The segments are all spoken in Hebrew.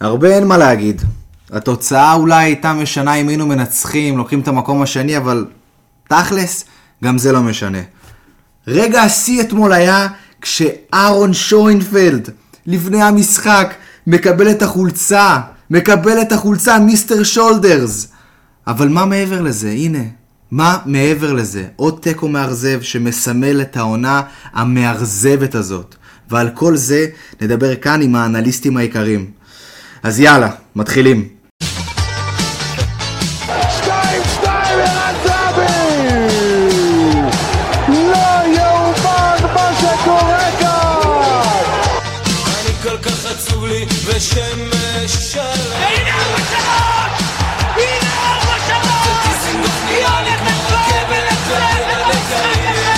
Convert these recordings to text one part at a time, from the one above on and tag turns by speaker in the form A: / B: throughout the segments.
A: הרבה אין מה להגיד. התוצאה אולי הייתה משנה אם היינו מנצחים, לוקחים את המקום השני, אבל תכלס, גם זה לא משנה. רגע השיא אתמול היה כשאהרון שוינפלד, לפני המשחק, מקבל את החולצה, מקבל את החולצה מיסטר שולדרס. אבל מה מעבר לזה? הנה. מה מעבר לזה? עוד תיקו מאכזב שמסמל את העונה המאכזבת הזאת. ועל כל זה נדבר כאן עם האנליסטים היקרים. אז יאללה, מתחילים.
B: שתיים שתיים ערן זהבי! לא יאומן מה שקורה כאן!
C: אני כל כך עצוב לי ושמש שלם
D: הנה ארבע שלוש! הנה ארבע שלוש! היא הולכת להם ולצאת במשחק הזה!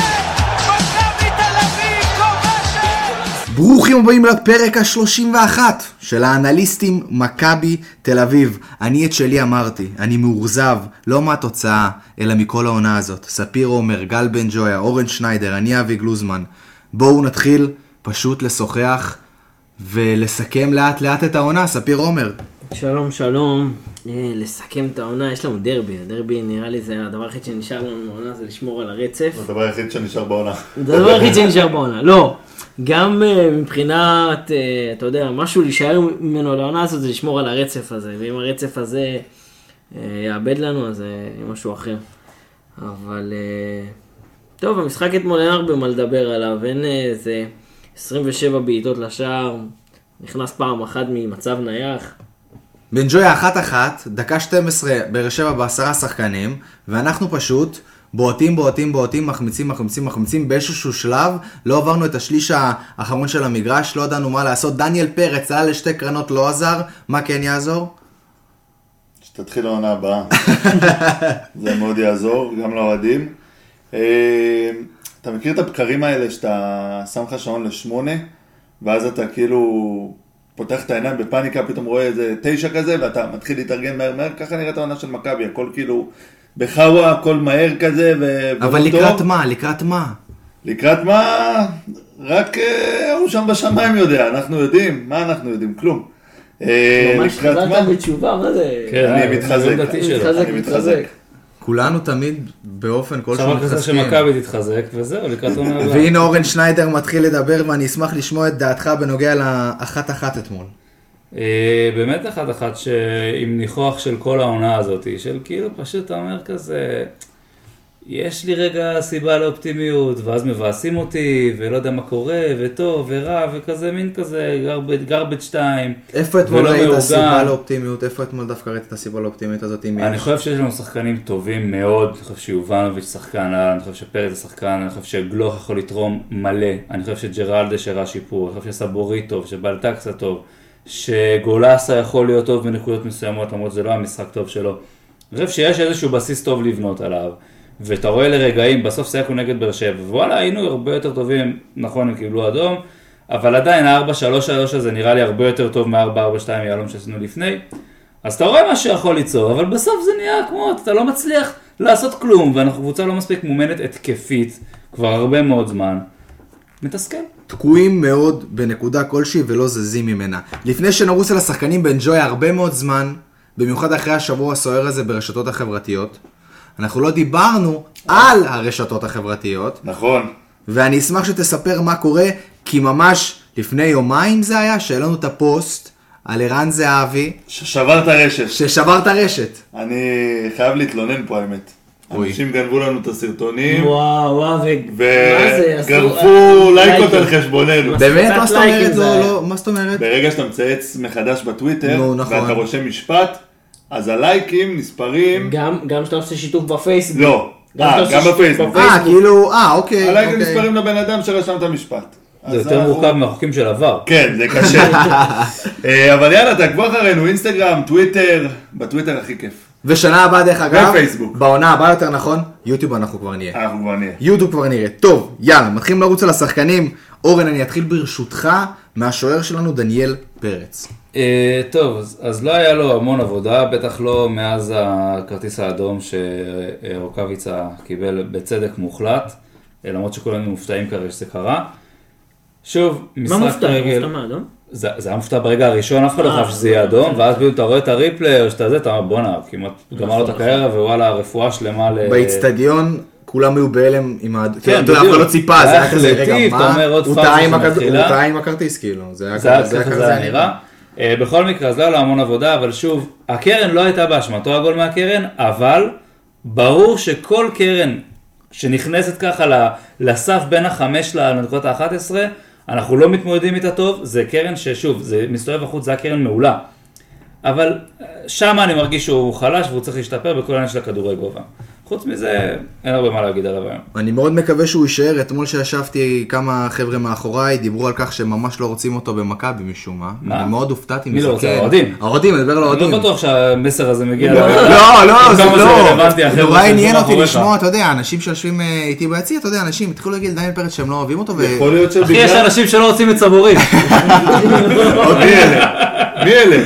D: מכבי תל אביב כובשת!
A: ברוכים הבאים לפרק ה-31 של האנליסטים מכבי תל אביב. אני את שלי אמרתי, אני מאוכזב, לא מהתוצאה, אלא מכל העונה הזאת. ספיר עומר, גל בן ג'ויה, אורן שניידר, אני אבי גלוזמן. בואו נתחיל פשוט לשוחח ולסכם לאט לאט את העונה, ספיר עומר.
E: שלום שלום, אה, לסכם את העונה, יש לנו דרבי, הדרבי נראה לי זה הדבר היחיד שנשאר לנו מהעונה זה לשמור על הרצף,
F: הדבר היחיד שנשאר בעונה.
E: זה הדבר היחיד שנשאר בעונה, לא, גם אה, מבחינת, אה, אתה יודע, משהו להישאר ממנו לעונה הזאת זה לשמור על הרצף הזה, ואם הרצף הזה אה, יאבד לנו אז זה משהו אחר, אבל אה, טוב, המשחק אתמול אין הרבה מה לדבר עליו, אין אה, איזה 27 בעיטות לשער, נכנס פעם אחת ממצב נייח.
A: בן ג'ויה אחת אחת, דקה 12, באר שבע בעשרה שחקנים, ואנחנו פשוט בועטים, בועטים, בועטים, מחמיצים, מחמיצים, מחמיצים, באיזשהו שלב לא עברנו את השליש האחרון של המגרש, לא ידענו מה לעשות. דניאל פרץ עלה לשתי קרנות, לא עזר, מה כן יעזור?
F: שתתחיל העונה הבאה. זה מאוד יעזור, גם לאוהדים. אה, אתה מכיר את הבקרים האלה שאתה שם לך שעון לשמונה, ואז אתה כאילו פותח את העיניים בפאניקה, פתאום רואה איזה תשע כזה, ואתה מתחיל להתארגן מהר מהר, ככה נראית העונה של מכבי, הכל כאילו בחאווה, הכל מהר כזה, ו...
G: לא
A: אבל
F: ולא טוב.
A: לקראת מה? לקראת מה?
F: לקראת מה? רק אה, ההוא שם בשמיים יודע, אנחנו יודעים, מה אנחנו יודעים? כלום. אה,
E: ממש
F: לקראת
E: חזרת
F: מה? כן.
E: בתשובה, מה זה?
G: אה,
F: אני מתחזק,
E: מתחזק,
F: אני מתחזק.
A: כולנו תמיד באופן כלשהו
G: עכשיו רק זה
A: מתחזקים.
G: שמכבי תתחזק, וזהו, לקראת עונה הבאה.
A: והנה אורן שניידר מתחיל לדבר, ואני אשמח לשמוע את דעתך בנוגע לאחת אחת אתמול.
G: אה, באמת אחת אחת ש- עם ניחוח של כל העונה הזאת, של כאילו פשוט אתה אומר כזה, יש לי רגע סיבה לאופטימיות, ואז מבאסים אותי, ולא יודע מה קורה, וטוב, ורע, וכזה מין כזה גרבג' גרבג' 2.
A: איפה אתמול
G: ולא
A: ראית
G: מאורגן.
A: סיבה לאופטימיות? איפה אתמול דווקא ראית את הסיבה לאופטימיות הזאת? אם
G: אני
A: יש?
G: חושב שיש לנו שחקנים טובים מאוד, אני חושב שיובנוביץ' שחקן, על, אני חושב שפרץ זה שחקן, אני חושב שגלוך יכול לתרום מלא, אני חושב שג'רלדה שראה שיפור, אני חושב שסבורי טוב, שבלטקסה טוב, שגולסה יכול להיות טוב בנקודות מסוימות, למרות שזה לא המשחק טוב שלו. אני חושב שיש איזשהו בסיס טוב לבנות עליו, ואתה רואה לרגעים, בסוף שיחקנו נגד באר שבע, ווואלה, היינו הרבה יותר טובים, נכון, הם קיבלו אדום, אבל עדיין ה-4-3-3 הזה נראה לי הרבה יותר טוב מה-4-4-2 יהלום שעשינו לפני. אז אתה רואה מה שיכול ליצור, אבל בסוף זה נהיה כמו, אתה לא מצליח לעשות כלום, ואנחנו קבוצה לא מספיק מומנת התקפית כבר הרבה מאוד זמן. מתסכל.
A: תקועים מאוד בנקודה כלשהי ולא זזים ממנה. לפני שנרוץ על השחקנים בן ג'וי הרבה מאוד זמן, במיוחד אחרי השבוע הסוער הזה ברשתות החברתיות, אנחנו לא דיברנו על הרשתות החברתיות,
F: נכון.
A: ואני אשמח שתספר מה קורה, כי ממש לפני יומיים זה היה, שהעלינו את הפוסט על ערן זהבי,
F: ששבר את הרשת.
A: ששבר את הרשת.
F: אני חייב להתלונן פה האמת.
A: אוי.
F: אנשים גנבו לנו את הסרטונים,
E: וואו, וואו, ו... מה זה, עשו-
F: וגרפו לייקות על
E: לייקים.
F: חשבוננו.
E: מספיק.
A: באמת? מה
E: קצת
A: זאת אומרת?
E: לייקים זה
A: לא,
E: היה.
A: לא, מה זאת אומרת?
F: ברגע שאתה מצייץ מחדש בטוויטר,
A: נו, נכון.
F: ואתה רושם משפט, אז הלייקים נספרים,
E: גם גם שאתה עושה שיתוף בפייסבוק.
F: לא,
E: גם
F: אה,
E: אתה
F: גם
E: עושה
F: בפייסבוק.
A: אה, כאילו, אה, אוקיי.
F: הלייקים
A: אוקיי.
F: נספרים לבן אדם שרשם את המשפט.
G: זה
F: אז
G: יותר
F: אנחנו-
G: מורכב מהחוקים של עבר.
F: כן, זה קשה. אה, אבל יאללה, תעקבו אחרינו, אינסטגרם, טוויטר, בטוויטר הכי כיף.
A: ושנה הבאה דרך אגב,
F: ופייסבוק.
A: בעונה הבאה יותר נכון, יוטיוב אנחנו כבר נהיה.
F: אנחנו כבר נהיה.
A: יוטיוב כבר נראה. טוב, יאללה, מתחילים לרוץ על השחקנים. אורן, אני אתחיל ברשותך מהשוער שלנו, דניאל פרץ.
G: אה, טוב, אז, אז לא היה לו המון עבודה, בטח לא מאז הכרטיס האדום שרוקאביצה קיבל בצדק מוחלט, אה, למרות שכולנו מופתעים כרגע שזה קרה. שוב,
E: מה
G: משחק
E: מופתע?
G: רגל. לא?
E: מופתע מהאדום?
G: זה זה היה מופתע ברגע הראשון, אף אחד לא חשב שזה יהיה אדום, ואז בדיוק אתה רואה את הריפלי, או שאתה זה, אתה אומר בואנה, כמעט גמר לו את הקריירה, ווואלה, רפואה שלמה ל...
A: באיצטדיון כולם היו בהלם עם ה... כן, אתה יודע, אף
G: בדיוק.
A: אחד לא ציפה, זה היה כזה, רגע,
G: החלטי, אתה
A: מה?
G: אומר, עוד
A: הוא
G: פאזה
A: טעה עם הכד- הוא
G: שמתחילה.
A: טעה עם הכרטיס, כאילו. זה היה
G: זה היה
A: כזה-
G: ככה
A: כזה
G: זה היה נראה. אה, בכל מקרה, אז לא היה לו המון עבודה, אבל שוב, הקרן לא הייתה באשמתו הגול מהקרן, אבל ברור שכל קרן שנכנסת ככה ל- לסף בין החמש לנקודות ה-11, אנחנו לא מתמודדים איתה טוב, זה קרן ששוב, זה מסתובב החוץ, זה היה קרן מעולה. אבל אה, שם אני מרגיש שהוא חלש והוא צריך להשתפר בכל העניין של הכדורי גובה. חוץ מזה, אין הרבה מה להגיד עליו היום.
A: אני מאוד מקווה שהוא יישאר, אתמול שישבתי כמה חבר'ה מאחוריי, דיברו על כך שממש לא רוצים אותו במכבי משום מה.
G: מה?
A: אני מאוד הופתעתי
G: מי
A: מזה,
G: לא רוצה?
A: כן.
G: האוהדים.
A: האוהדים, אני מדבר על
G: אני
A: האוהדים.
G: לא בטוח שהמסר הזה מגיע לבית"ר.
A: לא, לא, זה
G: כמה זה רלוונטי,
A: לא,
G: החבר'ה
A: נורא
G: שיושבים
A: עניין אותי
G: מאחוריך.
A: לשמוע, אתה יודע, אנשים שיושבים אה, איתי ביציע, אתה יודע, אנשים התחילו להגיד לדניאל פרץ שהם לא אוהבים אותו, ו-
F: יכול להיות
G: אחי, יש
F: שבגלל...
G: אנשים שלא רוצים את סבורי.
F: מי אלה? מי אלה?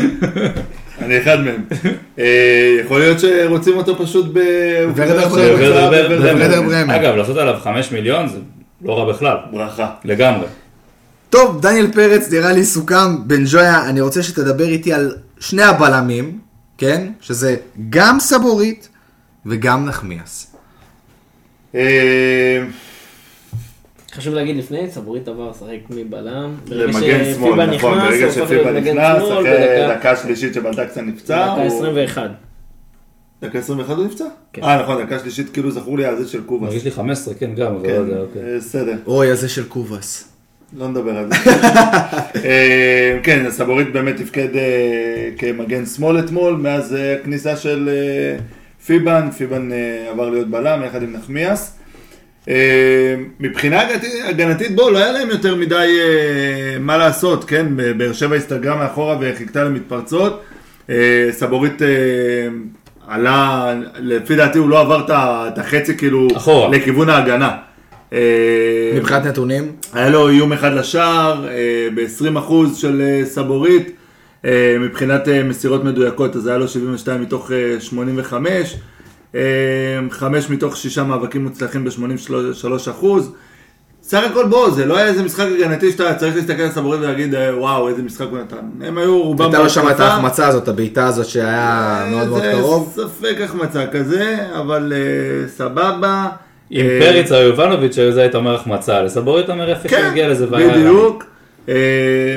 F: אני אחד מהם. אה, יכול להיות שרוצים אותו פשוט ב...
A: ורדר
F: הוא נמצא בוורדר
A: ברמן.
F: ברמן.
A: ברמן.
G: אגב, לעשות עליו 5 מיליון זה לא רע בכלל.
F: ברכה.
G: לגמרי.
A: טוב, דניאל פרץ, נראה לי סוכם. בן ג'ויה, אני רוצה שתדבר איתי על שני הבלמים, כן? שזה גם סבורית וגם נחמיאס.
F: אה,
E: חשוב להגיד לפני, סבורית עבר לשחק מבלם. ברגע
F: למגן
E: שפיבה
F: שמאל, נכון,
E: נכנס, הוא
F: ברגע
E: הפך להיות
F: שפיבה
E: מגן
F: נכנס,
E: שמאל
F: אחרי
E: בדקה-
F: דקה שלישית שבלטקסה נפצע,
E: בדקה
F: הוא-
E: 21.
F: דקה 21 הוא נפצע?
E: כן.
F: אה נכון, דקה שלישית כאילו זכור לי הזה של קובה.
G: מרגיש לי 15, כן, גם, אבל לא
F: כן,
G: יודע, אוקיי.
F: אה, בסדר,
A: אוי, הזה של קובאס.
F: לא נדבר על זה. אה, כן, אז סבורית באמת תפקד אה, כמגן שמאל אתמול, מאז אה, הכניסה של אה, פיבן, פיבן אה, עבר להיות בלם יחד עם נחמיאס. אה, מבחינה הגנתי- הגנתית, בואו, לא היה להם יותר מדי אה, מה לעשות, כן? באר שבע הסתגרה מאחורה וחיכתה למתפרצות. אה, סבורית אה, עלה, לפי דעתי הוא לא עבר את ה- את החצי כאילו,
G: אחורה.
F: לכיוון ההגנה. אה,
A: מבחינת נתונים,
F: היה לו איום אחד לשער, ב-20% של אה, סבורית, אה, מבחינת אה, מסירות מדויקות, אז היה לו 72 מתוך אה, 85, 5 מתוך 6 מאבקים מוצלחים ב-83%. סך הכל בוא, זה לא היה איזה משחק הגנתי שאתה צריך להסתכל על סבורית ולהגיד, אה, וואו, איזה משחק הוא נתן. הם היו רובם...
A: הייתה לו שם לא את
F: בהתקפה.
A: ההחמצה הזאת, הבעיטה הזאת שהיה מאוד מאוד קרוב.
F: אה, זה ספק החמצה כזה, אבל אה, סבבה.
G: אם
F: אה,
G: פריץ או יובנוביץ' היו זה היית אומר החמצה, לסבורי אתה אומר יפה
F: כן,
G: שהגיע לזה והיה רע.
F: בדיוק. אה,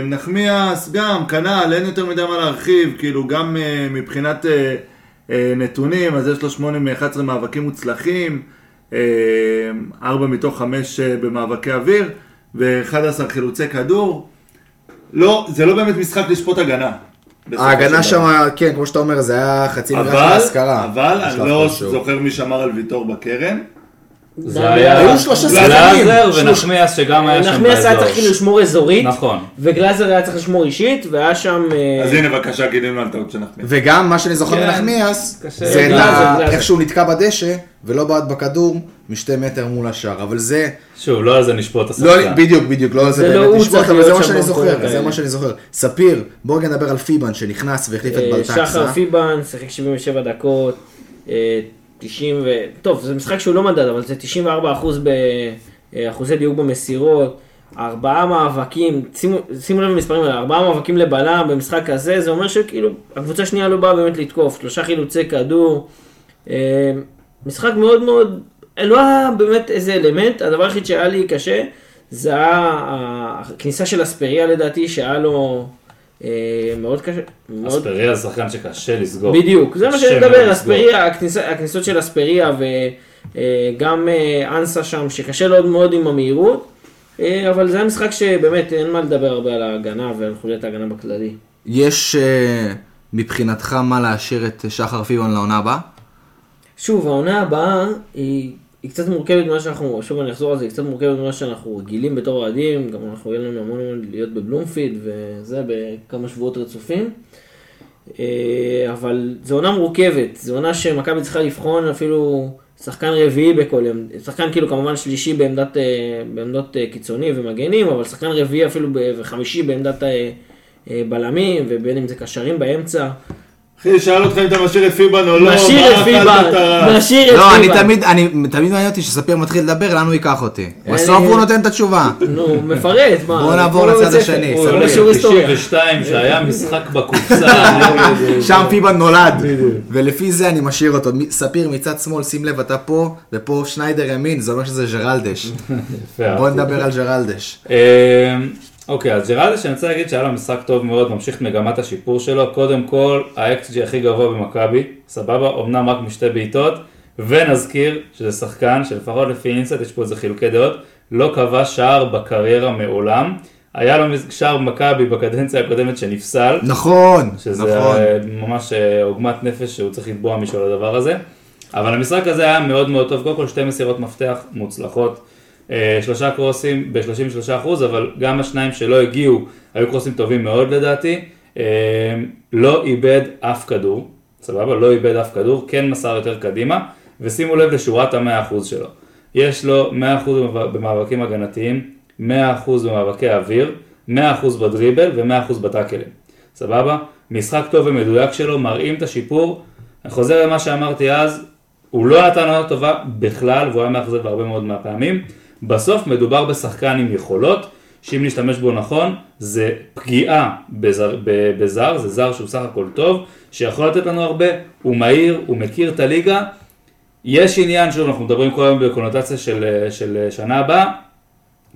F: נחמיאס גם, כנ"ל, אין יותר מדי מה להרחיב, כאילו גם אה, מבחינת אה, אה, נתונים, אז יש לו 8 מ-11 מאבקים מוצלחים, 4 מתוך 5 במאבקי אוויר, ו-11 חילוצי כדור. לא, זה לא באמת משחק לשפוט הגנה. בסופו של דבר.
A: ההגנה שם, כן, כמו שאתה אומר, זה היה חצי מגרש
F: אבל,
A: להשכרה.
F: אבל
A: בשלב
F: אני לא
A: כלשהו.
F: זוכר מי שמר על ויטור בקרן.
G: זה היה
A: היו שלושה שחקנים.
G: גלאזר
E: שלוש-
G: ונחמיאס שגם היה שם
E: נחמיאס היה צריך כאילו לשמור אזורית,
G: נכון.
E: וגלאזר היה צריך לשמור אישית, והיה שם... אה,
F: אז הנה בבקשה גילינו על טעות של נחמיאס.
A: וגם מה שאני זוכר
G: כן,
A: מנחמיאס,
G: קשה.
A: זה את
E: גלאזר,
A: ה-
E: גלאזר.
A: איך שהוא נתקע בדשא ולא בעט בכדור משתי מטר מול השער, אבל זה,
G: שוב, לא על זה נשפוט את
A: לא,
G: השחקן.
A: בדיוק, בדיוק, לא על זה
E: נכון. זה לא
A: באמת
E: הוא
A: לשפוט,
E: צריך
A: אבל זה
E: להיות
A: מה
E: שם
A: שאני
E: במקומות
A: זוכר, זה
E: האלה.
A: מה שאני זוכר. ספיר, בואו רגע נדבר על פיבן שנכנס והחליף את
E: אה,
A: בלטקסה.
E: שחר פיבן, שיחק 77 דקות, אה, 90 ו... טוב, זה משחק שהוא לא מדד, אבל זה 94 אחוז באחוזי דיוק במסירות, ארבעה מאבקים, שימו שימו לב למספרים האלה, ארבעה מאבקים לבלם במשחק הזה, זה אומר שכאילו, הקבוצה השנייה לא באה באמת לתקוף, שלושה חילוצי כדור, אה, משחק מאוד מאוד, לא היה באמת איזה אלמנט, הדבר היחיד שהיה לי קשה, זה היה הכניסה של אספריה לדעתי, שהיה לו אה, מאוד קשה, מאוד
G: אספריה זה שחקן שקשה לסגור.
E: בדיוק, זה מה
G: קשה
E: שאני
G: מאוד
E: מדבר,
G: לסגור.
E: אספריה, הכניסה- הכניסות של אספריה וגם אה, אנסה שם, שקשה לו עוד מאוד עם המהירות, אה, אבל זה היה משחק שבאמת אין מה לדבר הרבה על ההגנה ועל חוליית ההגנה בכללי.
A: יש אה, מבחינתך מה להשאיר את שחר פיבן לעונה הבאה?
E: שוב, העונה הבאה היא, היא קצת מורכבת ממה שאנחנו, שוב אני אחזור על זה, היא קצת מורכבת ממה שאנחנו רגילים בתור אוהדים, גם אנחנו, יהיה לנו המון המון להיות בבלומפילד וזה, בכמה שבועות רצופים. אה, אבל זו עונה מורכבת, זו עונה שמכבי צריכה לבחון אפילו שחקן רביעי בכל יום, שחקן כאילו כמובן שלישי בעמדת, אה, בעמדות אה, קיצוני ומגנים, אבל שחקן רביעי אפילו ב- וחמישי בעמדת אה, אה, בלמים, ובין אם זה קשרים באמצע.
F: אחי, שאל אותך אם אתה משאיר את פיבן או לא,
E: נשאיר
F: מה
E: את פיבן,
F: אכלת את הרע?
E: נשאיר את פיבן.
A: לא, אני תמיד, אני, תמיד מעניין אותי שספיר מתחיל לדבר, לאן הוא ייקח אותי.
E: אה,
A: בסוף הוא נותן את התשובה.
E: נו, הוא מפרט, מה.
A: בוא נעבור
E: כל
A: לצד
E: הבית
A: השני,
E: ספר.
A: הוא
E: כל
A: הולך
E: השיעור היסטוריה.
G: 92 שהיה משחק בקופסה.
A: שם פיבן נולד. ולפי זה אני משאיר אותו. מ- ספיר מצד שמאל, שים לב, אתה פה, ופה שניידר ימין, זה אומר שזה ג'רלדש.
G: יפה.
A: בוא נדבר על ג'רלדש.
G: אמ, אוקיי, אז ג'רלדש, אני רוצה להגיד שהיה לו משחק טוב מאוד, ממשיך את מגמת השיפור שלו. קודם כל, האקסג'י הכי גבוה במכבי, סבבה, אמנם רק משתי בעיטות. ונזכיר שזה שחקן שלפחות לפי אינסט, יש פה איזה חילוקי דעות, לא כבש שער בקריירה מעולם. היה לו שער במכבי בקדנציה הקודמת שנפסל.
A: נכון,
G: שזה
A: נכון.
G: אה, ממש אה, עוגמת נפש שהוא צריך לתבוע מישהו על הדבר הזה. אבל המשחק הזה היה מאוד מאוד טוב, קודם כל שתי מסירות מפתח מוצלחות, אה, שלושה קרוסים ב-33 אחוז, אבל גם השניים שלא הגיעו היו קרוסים טובים מאוד לדעתי. אה, לא איבד אף כדור, סבבה? לא איבד אף כדור, כן מסר יותר קדימה, ושימו לב לשורת המאה אחוז שלו. יש לו 100% במאבקים הגנתיים, 100% במאבקי האוויר, 100% בדריבל ו-100% בטאקלים. סבבה? משחק טוב ומדויק שלו, מראים את השיפור. אני חוזר למה שאמרתי אז, הוא לא נתן עונה טובה בכלל, והוא היה מאכזב הרבה מאוד מהפעמים. בסוף מדובר בשחקן עם יכולות, שאם נשתמש בו נכון, זה פגיעה בזר, ב- בזר, זה זר שהוא סך הכל טוב, שיכול לתת לנו הרבה, הוא מהיר, הוא מכיר את הליגה. יש עניין, שוב, אנחנו מדברים כל היום בקונוטציה של, אה, של אה, שנה הבאה,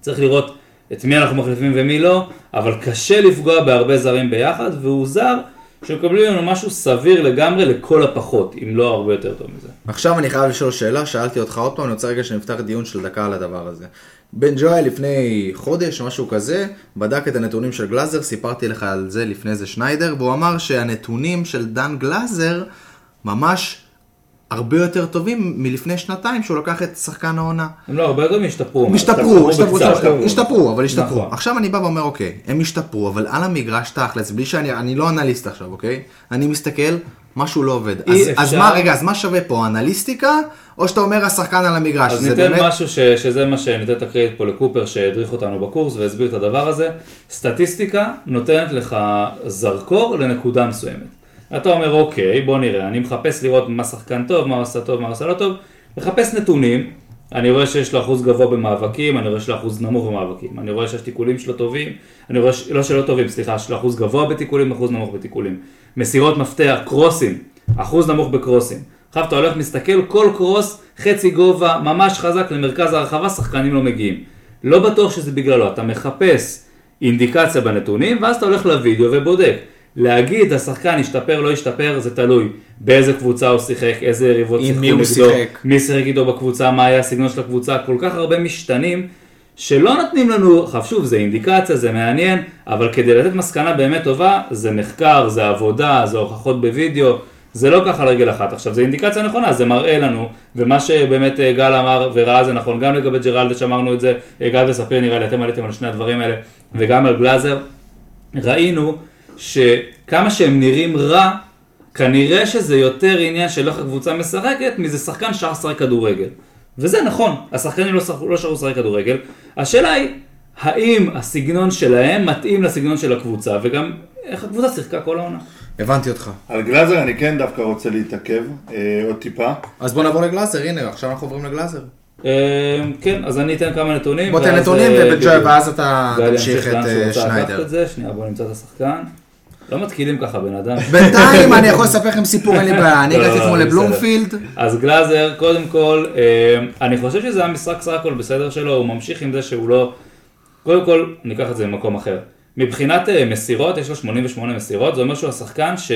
G: צריך לראות את מי אנחנו מחליפים ומי לא, אבל קשה לפגוע בהרבה זרים ביחד, והוא זר שמקבלים ממנו משהו סביר לגמרי לכל הפחות, אם לא הרבה יותר טוב מזה.
A: עכשיו אני חייב לשאול שאלה, שאלתי אותך עוד פעם, אני רוצה רגע שנפתח דיון של דקה על הדבר הזה. בן ג'ואל לפני חודש, משהו כזה, בדק את הנתונים של גלאזר, סיפרתי לך על זה לפני זה שניידר, והוא אמר שהנתונים של דן גלאזר ממש הרבה יותר טובים מלפני שנתיים שהוא לקח את שחקן העונה.
G: הם לא הרבה יותר מהשתפרו.
A: השתפרו, השתפרו,
G: בקצת,
A: השתפרו, השתפרו, אבל השתפרו.
G: נכון.
A: עכשיו אני בא ואומר, אוקיי, הם השתפרו, אבל על המגרש תכלס, בלי שאני, אני לא אנליסט עכשיו, אוקיי? אני מסתכל, משהו לא עובד.
G: אי
A: אז- אז
G: אפשר-
A: מה, רגע, אז מה שווה פה, אנליסטיקה, או שאתה אומר השחקן על המגרש?
G: אז
A: זה
G: ניתן
A: באמת-
G: משהו ש, שזה מה שניתן את הקרדיט פה לקופר שהדריך אותנו בקורס והסביר את הדבר הזה. סטטיסטיקה נותנת לך זרקור לנקודה מסוימת. אתה אומר אוקיי בוא נראה, אני מחפש לראות מה שחקן טוב, מה הוא עשה טוב, מה הוא עשה לא טוב, מחפש נתונים, אני רואה שיש לו אחוז גבוה במאבקים, אני רואה שיש לו אחוז נמוך במאבקים, אני רואה שהתיקולים שלו טובים, אני רואה, ש... לא שלא טובים, סליחה, יש לו אחוז גבוה בתיקולים, אחוז נמוך בתיקולים. מסירות מפתח, קרוסים, אחוז נמוך בקרוסים. עכשיו אתה הולך, מסתכל, כל קרוס, חצי גובה, ממש חזק למרכז הרחבה, שחקנים לא מגיעים. לא בטוח שזה בגללו, אתה מחפש אינדיקציה בנתונים, ואז אתה הולך לוידאו ובודק. להגיד, השחקן השתפר, לא השתפר, זה תלוי באיזה קבוצה הוא שיחק, איזה יריבות
A: עם
G: שיחקו
A: מי הוא
G: נגדו,
A: שיחק.
G: מי שיחק איתו בקבוצה, מה היה הסגנון של הקבוצה, כל כך הרבה משתנים שלא נותנים לנו, עכשיו שוב, זה אינדיקציה, זה מעניין, אבל כדי לתת מסקנה באמת טובה, זה מחקר, זה עבודה, זה הוכחות בווידאו, זה לא ככה על רגל אחת. עכשיו, זה אינדיקציה נכונה, זה מראה לנו, ומה שבאמת אה, גל אמר וראה זה נכון, גם לגבי ג'רלדש אמרנו את זה, אה, גל וספיר נראה לי, אתם עליתם על שני הדברים האלה, וגם על גלאזר, ראינו שכמה שהם נראים רע, כנראה שזה יותר עניין של איך הקבוצה משחקת, מזה שחקן ששכח לשחק כדורגל. וזה נכון, השחקנים לא שכחו- לא שכחו לשחק כדורגל. השאלה היא, האם הסגנון שלהם מתאים לסגנון של הקבוצה, וגם איך הקבוצה שיחקה כל העונה.
A: הבנתי אותך.
F: על גלאזר אני כן דווקא רוצה להתעכב, אה, עוד טיפה.
A: אז בוא נעבור לגלאזר, הנה, עכשיו אנחנו עוברים לגלאזר.
G: אה, כן, אז אני אתן כמה נתונים.
A: בוא תן
G: ואז,
A: נתונים
G: אה,
A: ובן ג'ואל,
G: בדיוק. לא
A: ואז אתה
G: גל
A: תמשיך
G: ימשיך
A: את
G: לאן שהוא
A: אה,
G: רוצה לקחת
A: שניידר.
G: את זה. שנייה, בוא נמצא את השחקן. לא מתקילים ככה, בן אדם.
A: בינתיים אני יכול לספר לכם סיפור, אין לי בעיה. אני
G: לא,
A: הגעתי
G: לא,
A: אתמול
G: אני בסדר.
A: לבלומפילד,
G: אז גלאזר, קודם כל, אה, אני חושב שזה המשחק סך הכל בסדר שלו, הוא ממשיך עם זה שהוא לא... קודם כל, ניקח את זה למקום אחר. מבחינת אה, מסירות, יש לו 88 מסירות, זה אומר שהוא השחקן ש...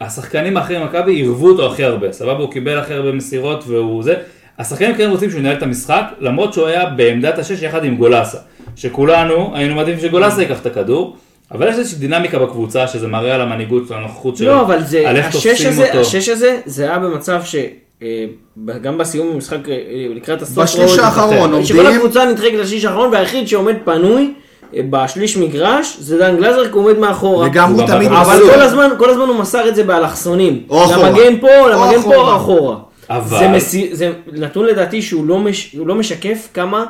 G: השחקנים האחרים במכבי עירבו אותו הכי הרבה, סבבה? הוא קיבל הכי הרבה מסירות והוא זה. השחקנים כן רוצים שהוא ינהל את המשחק, למרות שהוא היה בעמדת השש יחד עם גולסה. שכולנו היינו מעדיפים שגולסה ייקח את הכדור, אבל יש איזושהי דינמיקה בקבוצה, שזה מראה על המנהיגות שלו, הנוכחות שלו.
E: לא, אבל זה,
G: על איך
E: השש
G: תופסים
E: הזה,
G: אותו.
E: השש הזה, זה היה במצב ש... אה, ב- גם בסיום המשחק, אה, לקראת הסוף,
A: בשליש
E: ראו את זה.
A: האחרון,
E: שכל
A: עומדים,
E: הקבוצה נדחקת לשליש האחרון, והיחיד שעומד פנוי אה, בשליש מגרש, זה דן גלזר, כי הוא עומד מאחורה.
A: וגם הוא
G: הוא
A: תמיד
G: במקום.
E: אבל
A: מסור.
E: כל הזמן, כל הזמן הוא מסר את זה באלכסונים.
A: או אחורה.
E: למגן פה,
A: או
E: למגן פה,
A: אחורה.
E: או אחורה.
G: אבל-
E: זה, מסי... זה נתון לדעתי שהוא לא, מש... הוא לא משקף כמה,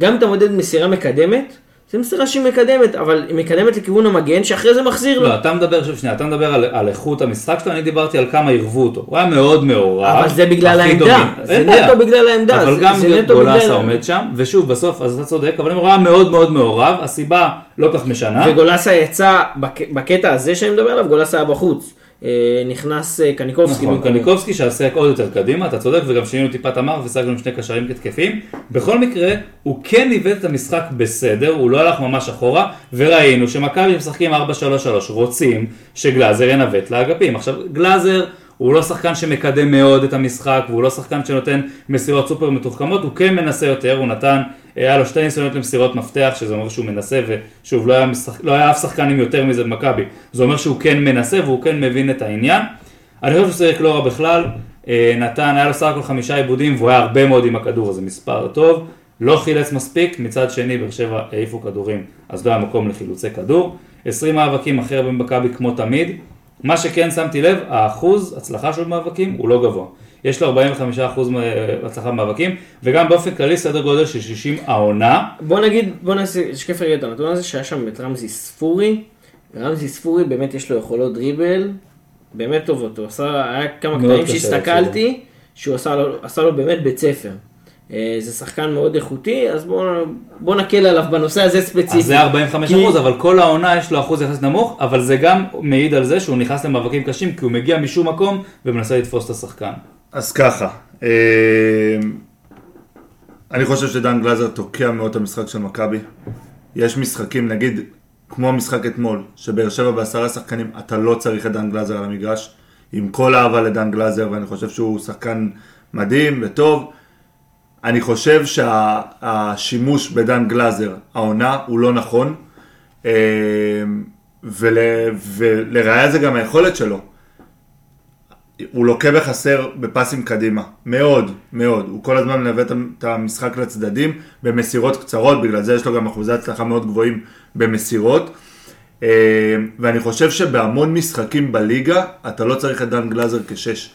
E: גם אם אתה מודד מסירה מקדמת, זה מסירה שהיא מקדמת, אבל היא מקדמת לכיוון המגן שאחרי זה מחזיר לו.
G: לא, אתה מדבר עכשיו שנייה, אתה מדבר על, על איכות המשחק שלו, אני דיברתי על כמה עירבו אותו. הוא היה מאוד מעורב.
E: אבל זה בגלל
G: הכי
E: העמדה.
G: טובים.
E: זה
G: אין בעיה.
E: נטו בגלל העמדה,
G: אבל
E: זה-
G: גם
E: זה נטו
G: גולסה
E: בגלל-
G: עומד שם, ושוב, בסוף, אז אתה צודק, אבל הוא היה מאוד מאוד מעורב, הסיבה לא כך משנה.
E: וגולסה יצא, בק- בקטע הזה שאני מדבר עליו, גולסה היה בחוץ. אה, נכנס אה, קניקובסקי.
G: נכון,
E: במקומו.
G: קניקובסקי שעסק עוד יותר קדימה, אתה צודק, וגם שינינו טיפה את המערכת ושחקנו עם שני קשרים כתקפים. בכל מקרה, הוא כן ניווט את המשחק בסדר, הוא לא הלך ממש אחורה, וראינו שמכבי משחקים 4-3-3, רוצים שגלאזר ינווט לאגפים. עכשיו, גלאזר... הוא לא שחקן שמקדם מאוד את המשחק, והוא לא שחקן שנותן מסירות סופר מתוחכמות, הוא כן מנסה יותר, הוא נתן, אה, היה לו שתי ניסיונות למסירות מפתח, שזה אומר שהוא מנסה, ושוב, לא היה, משחק, לא היה אף שחקן עם יותר מזה במכבי, זה אומר שהוא כן מנסה והוא כן מבין את העניין. אני חושב שהוא שיחק לא רע בכלל, אה, נתן, היה לו סך הכל חמישה עיבודים והוא היה הרבה מאוד עם הכדור, זה מספר טוב, לא חילץ מספיק, מצד שני באר שבע העיפו כדורים, אז לא היה מקום לחילוצי כדור, 20 מאבקים הכי הרבה במכבי כמו תמיד, מה שכן שמתי לב, האחוז הצלחה שלו במאבקים הוא לא גבוה, יש לו 45% מ- אה, הצלחה במאבקים, וגם באופן כללי סדר גודל של 60 העונה,
E: בוא נגיד, בוא נעשה, שקף רגע את הנתון הזה שהיה שם את רמזי ספורי. רמזי ספורי באמת יש לו יכולות דריבל, באמת טובות, הוא עשה, היה כמה
G: מאוד
E: קטעים
G: קשה
E: שהסתכלתי, שהוא עשה לו, עשה לו באמת בית ספר. אה, זה שחקן מאוד איכותי, אז בוא, בוא נקל עליו בנושא הזה ספציפית.
G: אז זה 45 אחוז, אבל כל העונה יש לו אחוז יחס נמוך, אבל זה גם מעיד על זה שהוא נכנס למאבקים קשים, כי הוא מגיע משום מקום ומנסה לתפוס את השחקן.
F: אז ככה, אה, אני חושב שדן גלזר תוקע מאוד את המשחק של מכבי. יש משחקים, נגיד, כמו המשחק אתמול, שבאר שבע בעשרה שחקנים, אתה לא צריך את דן גלזר על המגרש. עם כל אהבה לדן גלזר, ואני חושב שהוא שחקן מדהים וטוב. אני חושב שהשימוש בדן גלזר, העונה, הוא לא נכון. אה, ול, ולראיה זה גם היכולת שלו. הוא לוקה בחסר בפסים קדימה, מאוד, מאוד. הוא כל הזמן מלווה את את המשחק לצדדים במסירות קצרות, בגלל זה יש לו גם אחוזי הצלחה מאוד גבוהים במסירות. אה, ואני חושב שבהמון משחקים בליגה, אתה לא צריך את דן גלאזר כשש.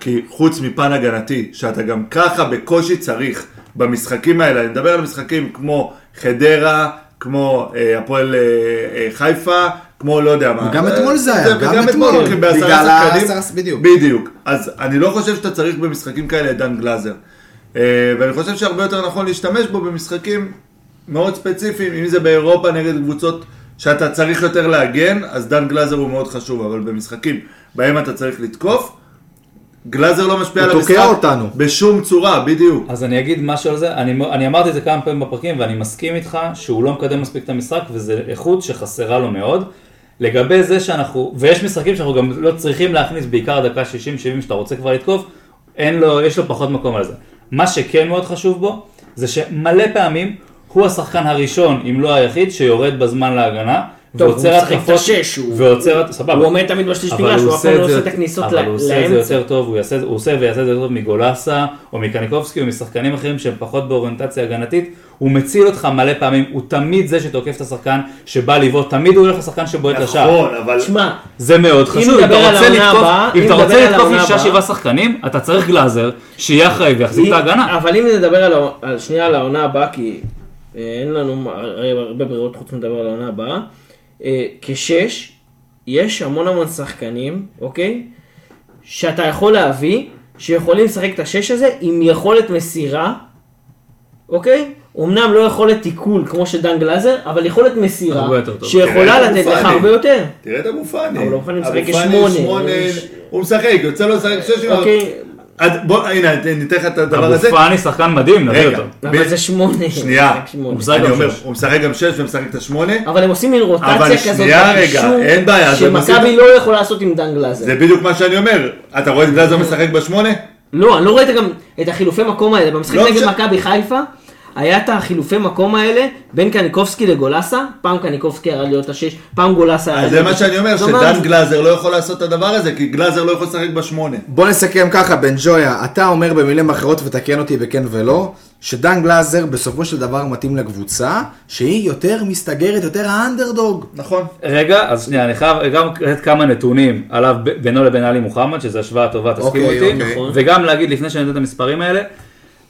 F: כי חוץ מפן הגנתי, שאתה גם ככה בקושי צריך במשחקים האלה, אני מדבר על משחקים כמו חדרה, כמו אה, הפועל אה, אה, חיפה, כמו לא יודע מה.
A: וגם אתמול זה היה, גם
F: וגם
A: אתמול,
F: אתמול, כי בעשרה
A: בגלל
F: שחקנים-
A: העשרה- בדיוק.
F: בדיוק. אז אני לא חושב שאתה צריך במשחקים כאלה את דן גלאזר. אה, ואני חושב שהרבה יותר נכון להשתמש בו במשחקים מאוד ספציפיים, אם זה באירופה נגד קבוצות שאתה צריך יותר להגן, אז דן גלאזר הוא מאוד חשוב, אבל במשחקים בהם אתה צריך לתקוף, גלאזר לא משפיע
A: הוא
F: על המשחק.
A: תוקע אותנו.
F: בשום צורה, בדיוק.
G: אז אני אגיד משהו על זה, אני, אני אמרתי את זה כמה פעמים בפרקים ואני מסכים איתך שהוא לא מקדם מספיק את המשחק וזה איכות שחסרה לו מאוד. לגבי זה שאנחנו, ויש משחקים שאנחנו גם לא צריכים להכניס בעיקר דקה 60-70 שאתה רוצה כבר לתקוף, אין לו, יש לו פחות מקום על זה. מה שכן מאוד חשוב בו, זה שמלא פעמים הוא השחקן הראשון, אם לא היחיד, שיורד בזמן להגנה.
E: טוב,
G: ועוצר
E: הוא משחק את
G: התקפות-
E: השש, הוא-
G: ועוצר, סבבה.
E: הוא עומד תמיד בשליש
G: אבל
E: מגרש,
G: הוא
E: הוא אף פעם
G: עושה
E: לא
G: את זה-
E: עושה את הכניסות
G: אבל הוא עושה את זה
E: לאמצע.
G: יותר טוב, הוא יעשה- הוא עושה ויעשה את זה יותר טוב מגולסה, או מקניקובסקי, או משחקנים אחרים שהם פחות באוריינטציה הגנתית. הוא מציל אותך מלא פעמים, הוא תמיד זה שתוקף את השחקן, שבא לבעוט, תמיד הוא הולך לשחקן שבועט
F: נכון.
E: נכון,
G: לשער.
F: אבל...
E: שמע,
G: זה מאוד חשוב, אם
E: נדבר
G: אתה
E: על
G: רוצה
E: העונה
G: לתקוף,
E: הבאה-
G: אם
E: אם
G: אתה
E: נדבר
G: רוצה
E: על
G: לתקוף
E: העונה
G: שישה
E: הבאה-
G: שבעה שחקנים, אתה צריך גלאזר, שיהיה אחראי ויחזיק את ההגנה.
E: אבל אם נדבר על, העונה- על שנייה על העונה הבאה, כי אה, אין לנו מ- הרי הרבה ברירות חוץ מלדבר על העונה הבאה, אה, כשש, יש המון המון שחקנים, אוקיי? שאתה יכול להביא, שיכולים לשחק את השש הזה עם יכולת מסירה, אוקיי? אמנם לא יכולת עיכול כמו שדן גלאזר, אבל יכולת מסירה,
G: הרבה יותר טוב.
E: שיכולה
F: תראה,
E: לתת
F: הוא
E: לך
F: פאני.
E: הרבה יותר.
F: תראה את אבו פאני.
E: אבל אבו פאני משחק
F: אבו פאני
E: כשמונה,
F: שמונה,
E: יש-
F: הוא משחק, יוצא לו לשחק שש עם...
E: אוקיי,
F: אז בוא, הנה, אני אתן לך את הדבר
G: אבו
F: הזה.
G: פאני שחקן מדהים, נביא
F: רגע.
G: אותו.
E: אבל זה שמונה.
F: שנייה.
E: משחק שמונה.
G: הוא משחק
F: אני
G: גם
F: אומר,
G: שש.
F: הוא משחק גם שש ומשחק את השמונה.
E: אבל הם עושים מין
F: אבל
E: רוטציה כזאת,
F: שנייה רגע,
E: בקישור,
F: אין בעיה, אז הם
E: שמכבי
F: עושים-
E: לא יכולה לעשות עם דן גלאזר.
F: זה בדיוק מה שאני אומר. אתה רואה את גלאזר משחק בשמונה?
E: לא, אני לא ראית גם את החילופי מקום האלה. במשחק
F: לא
E: נגד
F: משנה.
E: מכבי חיפה, היה את החילופי מקום האלה בין קניקובסקי לגולסה, פעם קניקובסקי ירד להיות השש, פעם גולסה היה...
F: אז זה
E: להיות
F: מה
E: השש.
F: שאני אומר,
E: כלומר,
F: שדן גלאזר לא יכול לעשות את הדבר הזה, כי גלאזר לא יכול לשחק בשמונה.
A: בוא נסכם ככה, בן ג'ויה, אתה אומר במילים אחרות ותקן אותי בכן ולא, שדן גלאזר בסופו של דבר מתאים לקבוצה שהיא יותר מסתגרת, יותר האנדרדוג.
F: נכון.
G: רגע, אז שנייה, אני חייב גם לתת כמה נתונים עליו ב- בינו לבין עלי מוחמד, שזו השוואה טובה, נכון. תסכים
A: אוקיי,
G: אותי,
A: אוקיי.
G: וגם להגיד לפני שאני נותן את המספרים האלה,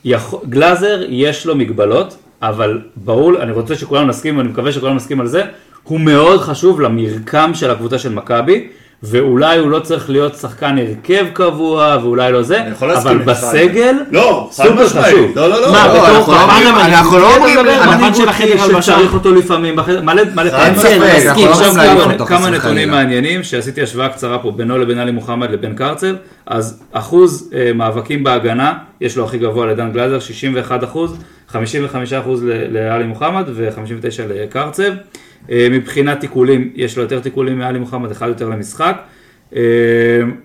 G: יכול- גלאזר יש לו מגבלות, אבל ברור, אני רוצה שכולנו נסכים, ואני מקווה שכולנו נסכים על זה, הוא מאוד חשוב למרקם של הקבוצה של מכבי, ואולי הוא לא צריך להיות שחקן הרכב קבוע, ואולי לא זה,
F: אני יכול להסכים
G: אבל
F: איתך,
G: בסגל,
F: לא, חד
G: סופר
F: משמעית.
G: חשוב.
F: לא, לא, לא.
G: מה,
F: לא,
G: בתור
A: אנחנו לא
G: פחד
A: אומרים-
G: המנהיג,
A: אנחנו לא
G: אתה
A: אומרים-
G: מדבר,
A: אנחנו-
G: מנהיג
E: של החדר
G: מנהיגותי
E: הלבשה.
G: שצריך אותו לפעמים, בחדר- מלא מלא
F: חד
G: פעמים.
F: משמעית,
G: כן,
A: אנחנו
G: מסכים.
A: לא
G: עכשיו
A: רוצים להעיף
G: כמה-
A: אותו, חס
G: כמה
A: וחלילה.
G: נתונים מעניינים, שעשיתי השוואה קצרה פה בינו לבין עלי מוחמד לבין קרצב, אז אחוז אה, מאבקים בהגנה, יש לו הכי גבוה לדן גלאזר, 61 אחוז, 55 אחוז ל- לעלי מוחמד ו-59 לקרצב. אה, מבחינת תיקולים, יש לו יותר תיקולים מעלי מוחמד, אחד יותר למשחק. אה,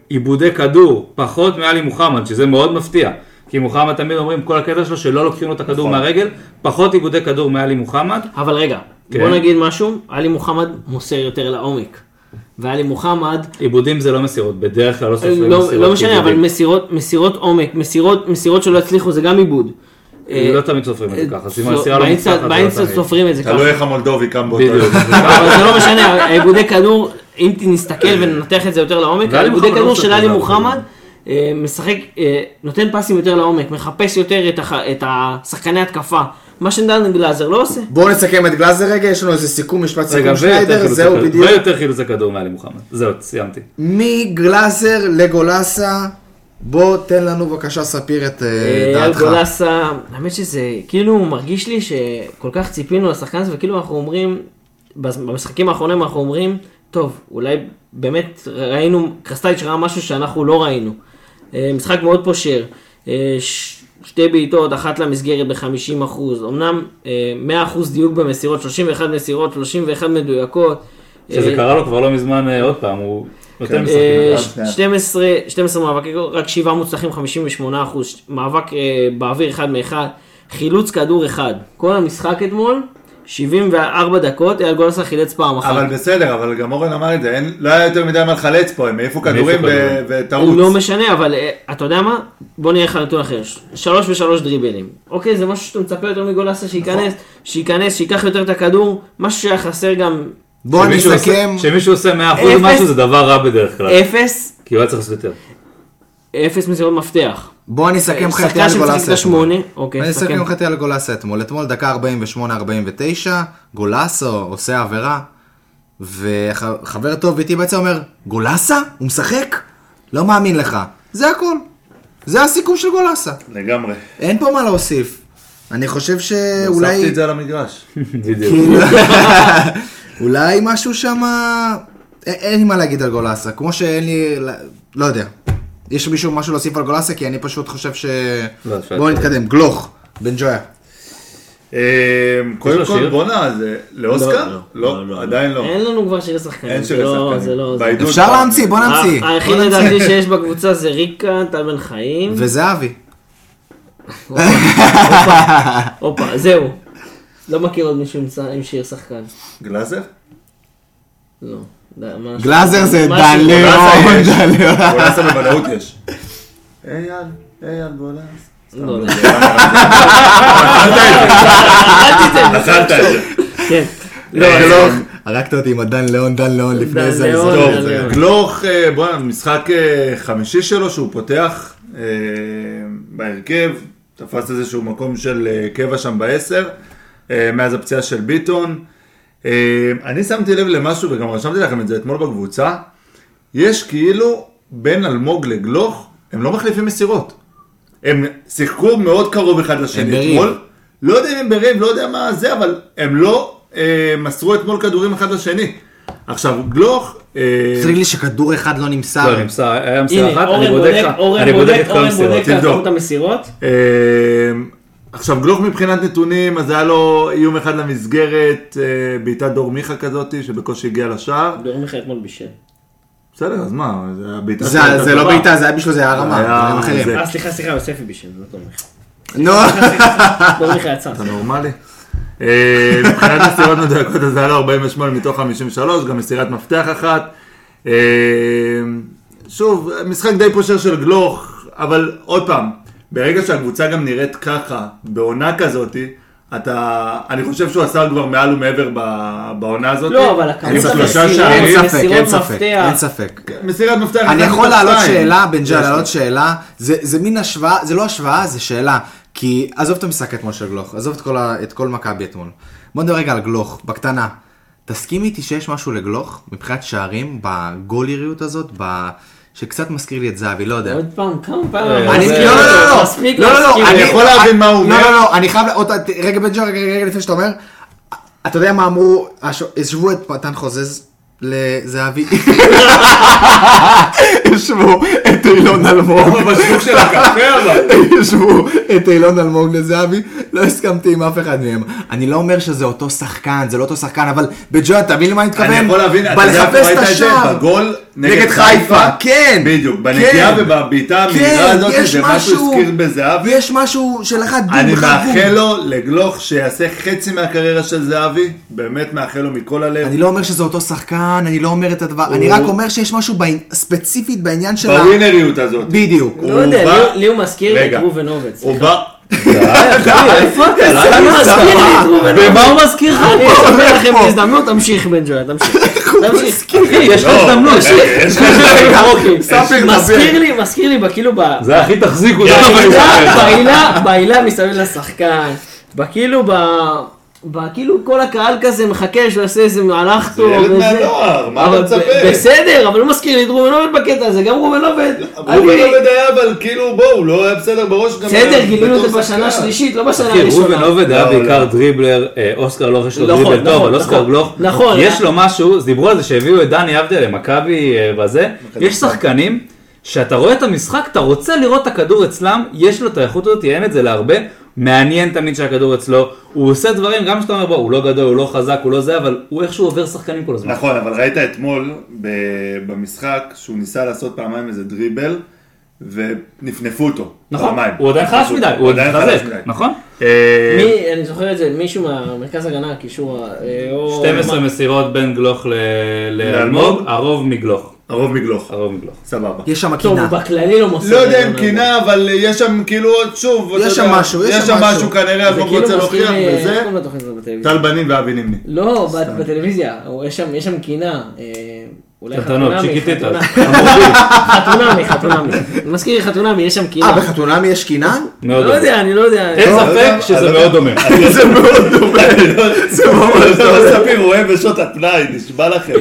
G: עיבודי כדור, פחות מעלי מוחמד, שזה מאוד מפתיע. כי מוחמד תמיד אומרים, כל הקטע שלו שלא לוקחים לו את הכדור
A: נכון.
G: מהרגל, פחות עיבודי כדור מעלי מוחמד.
E: אבל רגע,
G: כן.
E: בוא נגיד משהו, עלי מוחמד מוסר יותר לעומק. ועלי מוחמד,
G: עיבודים זה לא מסירות, בדרך כלל לא סופרים
E: לא,
G: מסירות.
E: לא משנה, אבל
G: כעיבודים.
E: מסירות, מסירות עומק, מסירות, מסירות שלא הצליחו זה גם עיבוד. אה,
G: לא תמיד סופרים את זה ככה, אז אם
E: לא,
G: המסירה לא
E: באמצע-
G: מוצלחת, זה לא
E: באמצע
G: תמיד.
E: סופרים את זה ככה.
F: תלוי לא איך המולדובי קם באותו
G: בדיוק.
F: יום.
E: אבל זה לא משנה, העיבודי כדור, אם נסתכל וננתח את זה יותר לעומק,
G: ואלי
E: העיבודי
G: מוחמד לא
E: כדור
G: עושה
E: של
G: את
E: עלי
G: זה.
E: מוחמד אה, משחק, אה, נותן פסים יותר לעומק, מחפש יותר את הח- את השחקני התקפה, מה שדן גלאזר לא עושה.
A: בואו נסכם את גלאזר רגע, יש לנו איזה סיכום, משפט
G: רגע,
A: סיכום
G: ויותר
A: שניידר,
G: חילוצי
A: זהו
G: כדור-
A: בדיוק.
G: ויותר חילוצי כדור מעלי מוחמד. זהו, סיימתי.
E: אה,
A: מגלאזר לגולסה, בוא תן לנו בבקשה ספיר את אה,
E: אה,
A: דעתך.
E: גולסה, האמת שזה כאילו מרגיש לי שכל כך ציפינו לשחקן הזה, וכאילו אנחנו אומרים, בז- במשחקים האחרונים אנחנו אומרים, טוב, אולי באמת ראינו, קרסטייץ' ראה משהו שאנחנו לא ראינו. אה, משחק מאוד פושר, אה, ש- שתי בעיטות, אחת למסגרת ב-50 אחוז, אמנם אה, 100 אחוז דיוק במסירות, 31 מסירות, 31 מדויקות.
G: שזה
E: אה,
G: קרה לו כבר לא מזמן אה, עוד פעם, הוא יותר
F: כן.
E: אה,
G: משחקים.
F: ש- שנייה.
E: 12 12 מאבקי גול, רק 7 מוצלחים, 58 אחוז, מאבק אה, באוויר אחד מאחד, חילוץ כדור אחד. כל המשחק אתמול, 74 דקות, אייל גולסה חילץ פעם אחת.
F: אבל בסדר, אבל גם אורן אמר את זה, אין- לא היה יותר מדי מה לחלץ פה, הם העיפו כדורים ו-
G: כדורים.
F: ותרוץ.
E: לא משנה, אבל אה, אתה יודע מה? בוא נראה לך נתון אחר. ש- שלוש ושלוש דריבלים. אוקיי, זה משהו שאתה מצפה יותר מגולסה שייכנס, שייכנס, שייקח יותר את הכדור, משהו שהיה חסר גם
A: בואו
G: שמישהו עושה-
A: נסכם.
G: שמישהו עושה 100%
E: אה, אפס.
G: משהו זה דבר רע בדרך כלל,
E: אפס,
G: כי הוא היה צריך לעשות יותר.
E: אפס מסירות מפתח.
A: בואו
G: אה,
A: נסכם לך את
E: שחקן
A: אייל
E: שמשחק
A: גולסה
E: את
A: אתמול.
E: השמונה, אוקיי,
A: אני אסכם
E: שחקן-
A: לך את אייל גולסה אתמול. אתמול דקה 48-49, גולסה עושה עבירה, וחבר טוב איתי בעצם אומר, גולסה? הוא משחק? לא מאמין לך. זה הכל. זה הסיכום של גולסה.
F: לגמרי.
A: אין פה מה להוסיף. אני חושב
F: הוספתי
A: שאולי...
F: את זה על המגרש.
G: בדיוק.
A: אולי משהו שם... אין לי מה להגיד על גולסה, כמו שאין לי... לא יודע. יש מישהו משהו להוסיף על גולסה? כי אני פשוט חושב ש...
G: לא, אפשר
A: בואו
G: להתקדם.
A: נתקדם. גלוך, בן ג'ויה.
F: אמ,
G: לו
F: קודם כל,
G: שיר?
F: בואנה, זה לאוסקר? לא, עדיין לא.
E: אין לנו כבר שיר שחקנים.
F: אין
E: זה
F: שירי
E: לא-
F: שחקנים.
E: זה לא- זה-
F: בעידוד
A: אפשר
F: כבר.
A: להמציא, בוא נמציא.
E: ה-
F: אה,
E: היחיד
A: בוא נמציא.
E: לדעתי שיש בקבוצה זה ריקה, טל בן חיים.
A: וזהבי.
E: הופה, זהו. לא מכיר עוד מישהו עם ש- עם שיר שחקן.
F: גלאזר?
E: לא. ד- מה-
A: גלאזר זה
E: משהו-
A: דן
F: גולסה
A: ליאון,
F: יש.
A: דן ליאון.
F: גולאסה בוודאות יש. אייל, אייל גולאס. סתם,
E: לא,
F: לא
E: לא.
F: יודע. אכלת את זה. אכלת את זה.
E: כן.
A: לא,
F: אה,
A: גלוך. הרגת אותי עם הדן ליאון, דן ליאון לפני
E: דן
A: זה.
E: ליאון.
A: זה-
F: טוב,
E: לא, לא.
F: גלוך, אה, בואנה, משחק אה, חמישי שלו שהוא פותח אה, בהרכב, תפס איזשהו מקום של אה, קבע שם בעשר, אה, מאז הפציעה של ביטון. אה, אני שמתי לב למשהו וגם רשמתי לכם את זה אתמול בקבוצה, יש כאילו בין אלמוג לגלוך, הם לא מחליפים מסירות. הם שיחקו מאוד קרוב אחד
A: הם
F: לשני
A: בריב.
F: אתמול. לא יודע אם הם בריב, לא יודע מה זה, אבל הם לא אה, מסרו אתמול כדורים אחד לשני. עכשיו, גלוך... אה,
A: צריך לי שכדור אחד לא
G: לא,
F: כן.
A: נמסר.
G: נמסר, היה מסירה
E: הנה,
G: אחת, אני
E: אורן
G: בודק
E: בודק,
G: לך,
E: אורן
G: אני בודק
E: בודק,
G: את כל
E: אורן
G: המסירות.
E: בודק
F: תבדוק.
E: כמות המסירות.
F: אה, עכשיו, גלוך מבחינת נתונים, אז היה לו איום אחד למסגרת, אה, בעיטת דור מיכה כזאת, שבקושי הגיע לשער.
E: דור מיכה אתמול בישל.
F: בסדר, אז מה, זה היה בעיטה...
A: זה-
F: שהייתה
A: זה לא
F: טובה.
A: בעיטה, זה היה בשביל זה הרמה.
F: היה-
A: דברים אחרים.
F: זה-
E: אה, סליחה, סליחה, יוספי בישל, לא דור מיכה.
A: נו.
E: דור מיכה יצא.
F: אתה נורמלי? אה, מבחינת מסירות מדויקות אז היה לו 48 מתוך 53, גם מסירת מפתח אחת. אה, שוב, משחק די פושר של גלוך, אבל עוד פעם, ברגע שהקבוצה גם נראית ככה, בעונה כזאתי, אתה, אני חושב שהוא עשה כבר מעל ומעבר ב- בעונה הזאת.
E: לא, אבל הכמות
A: אין
F: עם
A: ספק,
F: שלושה
E: המסירות-
F: שערים.
A: אין ספק,
E: מסירות
A: אין ספק,
E: מפתח.
A: אין ספק.
F: מסירת מפתח.
A: אני
F: אחת
A: יכול
F: מתוך
A: להעלות
F: שתיים.
A: שאלה, בן ג'ה,
F: יש לי.
A: להעלות שאלה, זה זה מין השוואה, זה לא השוואה, זה שאלה. כי עזוב את המשחק אתמול של גלוך, עזוב את כל, ה- את כל מכבי אתמול. בוא נדבר רגע על גלוך, בקטנה. תסכים איתי שיש משהו לגלוך מבחינת שערים, בגולריות הזאת, ב... שקצת מזכיר לי את זהבי, לא יודע.
E: עוד פעם, כמה פעמים?
A: אני,
E: זה-
A: לא, לא, לא, לא,
E: מספיק
A: לא, לא,
E: להסכים.
A: לא, אני
F: יכול להבין מה הוא
A: לא,
F: אומר.
A: לא, לא, אני חייב, עוד- רגע בן ג'ו, רגע, רגע לפני שאתה אומר, אתה יודע מה אמרו, הש- השוו את מתן חוזז לזהבי, השוו את אילון אלמוג,
G: בשוק של הקפה אבל.
A: השוו את אילון אלמוג לזהבי, לא הסכמתי עם אף אחד מהם. אני לא אומר שזה אותו שחקן, זה לא אותו שחקן, אבל בן ג'ו, אתה מבין למה אני מתכוון?
F: אני יכול להבין, אתה יודע,
A: בלחפש
F: ראית
A: את
F: את זה
A: השער.
F: בגול
A: נגד חיפה, כן,
F: בדיוק,
A: כן.
F: בנגיעה ובבעיטה המהירה
A: כן,
F: הזאת,
A: יש
F: לא זה משהו
A: משהו-
F: הזכיר בזהבי.
A: יש משהו של אחד בום
F: אני
A: אחד בום.
F: מאחל לו לגלוך שיעשה חצי מהקריירה של זהבי, באמת מאחל לו מכל הלב.
A: אני לא אומר שזה אותו שחקן, אני לא אומר את הדבר, אני רק אומר שיש משהו בעי- ספציפית בעניין של ה...
F: בווינריות הזאת.
A: בדיוק.
E: לא יודע,
F: הוא
E: לי-
F: בא-
E: לי הוא מזכיר לי את
F: רגע.
E: ראובן הובץ.
F: הוא בא...
E: איפה אתה? למה הוא מזכיר לי את ראובן הובץ? כן, ומה הוא מזכיר לך? אני אספר לכם בהזדמנות, תמשיך בן ג'ויה, תמשיך. תמשיך. אחי, יש לך
F: לא,
E: הזדמנות.
F: רגע, יש לך
E: אוקיי.
A: ספיר,
E: מזכיר לי, מזכיר לי, בכאילו ב-
G: זה הכי תחזיקו.
F: כן,
G: זה
F: לא
G: הכי
E: בעילה-
G: תחזיקו.
E: בעילה, בעילה מסביב לשחקן, בכאילו ב... בכאילו כל הקהל כזה מחכה שהוא יעשה איזה מהלך טוב.
F: ילד
E: וזה.
F: מהנוער, מה
E: אבל
F: אתה מצפה?
E: ב- בסדר, אבל הוא מזכיר לי את ראובן עובד בקטע הזה, גם ראובן עובד.
F: ראובן
E: אני-
F: לא עובד היה, אבל כאילו בואו, הוא לא היה בסדר בראש גם...
E: בסדר,
F: בתור
E: גילינו את זה
F: שחקן.
E: בשנה השלישית, לא בשנה
G: אחי, ראובן
E: הראשונה.
G: עובד היה
F: לא,
G: בעיקר
F: לא.
G: דריבלר, אה, אוסקר גלוך יש לו
E: נכון,
G: דריבל טוב,
E: נכון,
G: אבל אוסקר
E: נכון.
G: גלוך,
E: נכון.
G: יש לו משהו, אז דיברו על זה שהביאו את דני אבדיה למכבי אה, וזה, יש שחקנים שאתה רואה את המשחק, אתה רוצה לראות את הכדור אצלם, יש לו את האיכות הזאת, אין את זה להרבה, מעניין תמיד שהכדור אצלו, הוא עושה דברים, גם כשאתה אומר בוא, הוא לא גדול, הוא לא חזק, הוא לא זה, אבל הוא איכשהו עובר שחקנים כל הזמן.
F: נכון, אבל ראית אתמול ב- במשחק שהוא ניסה לעשות פעמיים איזה דריבל ונפנפו אותו.
G: נכון,
F: פעמיים.
G: הוא עדיין חלש
F: נפנפו.
G: מדי,
F: הוא
G: הוא
F: עדיין
G: עדיין
F: חלש
G: חזק,
F: מדי.
G: נכון?
F: אה,
E: מי, אני זוכר את זה, מישהו מהמרכז הגנה, הקישור, ה- אה, או...
G: 12 מסירות בין גלוך ל- לאלמוג,
F: לאלמוג?
G: הרוב מגלוך,
F: הרוב מגלוך.
G: הרוב מגלוך.
F: סבבה.
A: יש שם
E: טוב, הוא
A: קינה.
E: בכללי לא מוסר.
F: לא יודע אם קינה, אבל יש שם כאילו, שוב, אתה
A: יש שם
F: יודע,
A: משהו, יש
F: יש
A: שם
F: שם
A: משהו.
F: משהו כנראה,
E: זה
F: אלמוג
E: כאילו מזכיר,
F: רוצה להוכיח
E: אה, איך
F: וזה.
E: קוראים לתוכנית הזאת בטלוויזיה?
F: טל בנים ואבי נימני.
E: לא, בת- בטלוויזיה, הוא- יש שם- יש שם קינה. אה, אולי
G: קטנות,
E: חתונמי,
G: צ'יקיטיטות.
E: חתונמי. חתונמי, חתונמי. אני מזכיר לי חתונמי, יש שם
A: אה,
E: קינה.
A: בחתונמי יש קינה?
G: מאוד
E: לא
G: דומה.
E: יודע, אני לא יודע.
G: אין
F: לא יודע,
G: ספק
F: אני
G: שזה
F: לא
G: מאוד דומה.
F: זה מאוד דומה. זה ממש דומה. לא ספיר רואה בשעות הפנאי, נשבע לכם.